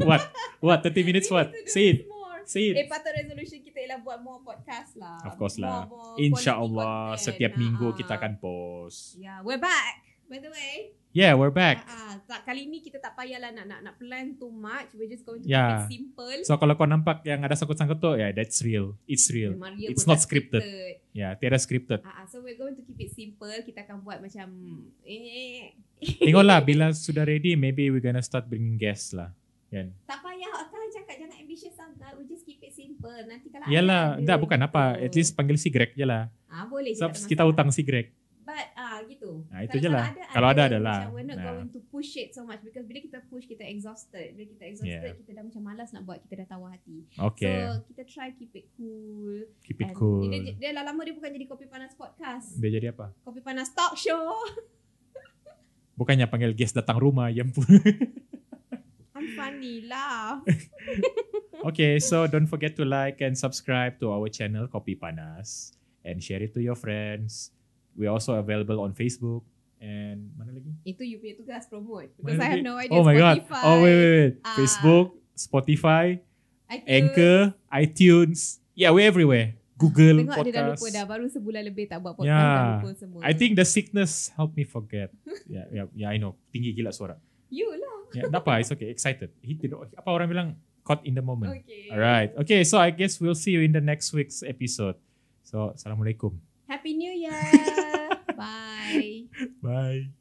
[SPEAKER 1] what? What? 30 minutes
[SPEAKER 2] We
[SPEAKER 1] what?
[SPEAKER 2] need to do
[SPEAKER 1] Say it.
[SPEAKER 2] this more.
[SPEAKER 1] Say it.
[SPEAKER 2] Eh patut resolution kita ialah buat more podcast lah.
[SPEAKER 1] Of course lah.
[SPEAKER 2] More, more quality
[SPEAKER 1] InsyaAllah
[SPEAKER 2] content.
[SPEAKER 1] setiap minggu
[SPEAKER 2] Oh, Ah,
[SPEAKER 1] kita
[SPEAKER 2] ah.
[SPEAKER 1] akan post.
[SPEAKER 2] Yeah, we're back. By the way,
[SPEAKER 1] Yeah, we're
[SPEAKER 2] ah,
[SPEAKER 1] back.
[SPEAKER 2] ah, tak, kali ni kita tak payahlah nak nak nak plan too much. We're just going to
[SPEAKER 1] Yeah.
[SPEAKER 2] keep it simple.
[SPEAKER 1] So kalau kau nampak yang ada sangkut-sangkut, yeah, that's real. It's real.
[SPEAKER 2] Maria
[SPEAKER 1] It's
[SPEAKER 2] pun
[SPEAKER 1] not
[SPEAKER 2] dah
[SPEAKER 1] scripted. Yeah, tiada scripted.
[SPEAKER 2] Ah, ah, so we're going to keep it simple. Kita akan buat macam
[SPEAKER 1] Hmm.
[SPEAKER 2] eh,
[SPEAKER 1] Tengoklah bila sudah ready, maybe we gonna start bringing guests lah. Kan?
[SPEAKER 2] tak payah akan cakap jangan ambitious sangat. We just keep it simple. Nanti kalau
[SPEAKER 1] Yalah,
[SPEAKER 2] ada,
[SPEAKER 1] tak bukan apa.
[SPEAKER 2] gitu.
[SPEAKER 1] At least panggil si Greg je lah.
[SPEAKER 2] ah boleh je,
[SPEAKER 1] Sebab
[SPEAKER 2] tak ada
[SPEAKER 1] kita
[SPEAKER 2] masalah.
[SPEAKER 1] hutang si Greg.
[SPEAKER 2] But ah gitu.
[SPEAKER 1] Ah, itu je lah. Kalau ada, ada lah.
[SPEAKER 2] Macam we're not
[SPEAKER 1] Nah.
[SPEAKER 2] going to push it so much because bila kita push kita exhausted. Bila kita exhausted
[SPEAKER 1] Yeah.
[SPEAKER 2] kita dah macam malas nak buat, kita dah tawar hati.
[SPEAKER 1] Okay,
[SPEAKER 2] So kita try keep it cool.
[SPEAKER 1] keep it
[SPEAKER 2] And
[SPEAKER 1] cool.
[SPEAKER 2] Dia, dia dah lama dia bukan jadi kopi panas podcast.
[SPEAKER 1] Dia jadi apa?
[SPEAKER 2] Kopi panas talk show.
[SPEAKER 1] Bukannya panggil guest datang rumah, ya yang pun.
[SPEAKER 2] I'm funny lah.
[SPEAKER 1] Okay, so don't forget to like and subscribe to our channel Kopi Panas and share it to your friends. We're also available on Facebook and mana lagi?
[SPEAKER 2] Itu you punya tugas promote.
[SPEAKER 1] Mana
[SPEAKER 2] Because I have
[SPEAKER 1] lagi?
[SPEAKER 2] no idea
[SPEAKER 1] Oh my god.
[SPEAKER 2] Spotify.
[SPEAKER 1] Oh wait wait wait.
[SPEAKER 2] Ah.
[SPEAKER 1] Facebook, Spotify,
[SPEAKER 2] iTunes.
[SPEAKER 1] Anchor, iTunes. Yeah, we're everywhere. Google
[SPEAKER 2] Tengok dia dah
[SPEAKER 1] podcast.
[SPEAKER 2] lupa dah. Baru sebulan lebih tak buat podcast.
[SPEAKER 1] Yeah.
[SPEAKER 2] Dah lupa semua.
[SPEAKER 1] I think the sickness helped me forget. yeah, yeah, yeah, I know. Tinggi gila suara.
[SPEAKER 2] You lah.
[SPEAKER 1] Yeah, tak apa, it's okay. Excited. Hit the, apa orang bilang caught in the moment.
[SPEAKER 2] Okay.
[SPEAKER 1] All right. Okay, so I guess we'll see you in the next week's episode. So, assalamualaikum.
[SPEAKER 2] Happy New Year. Bye.
[SPEAKER 1] Bye.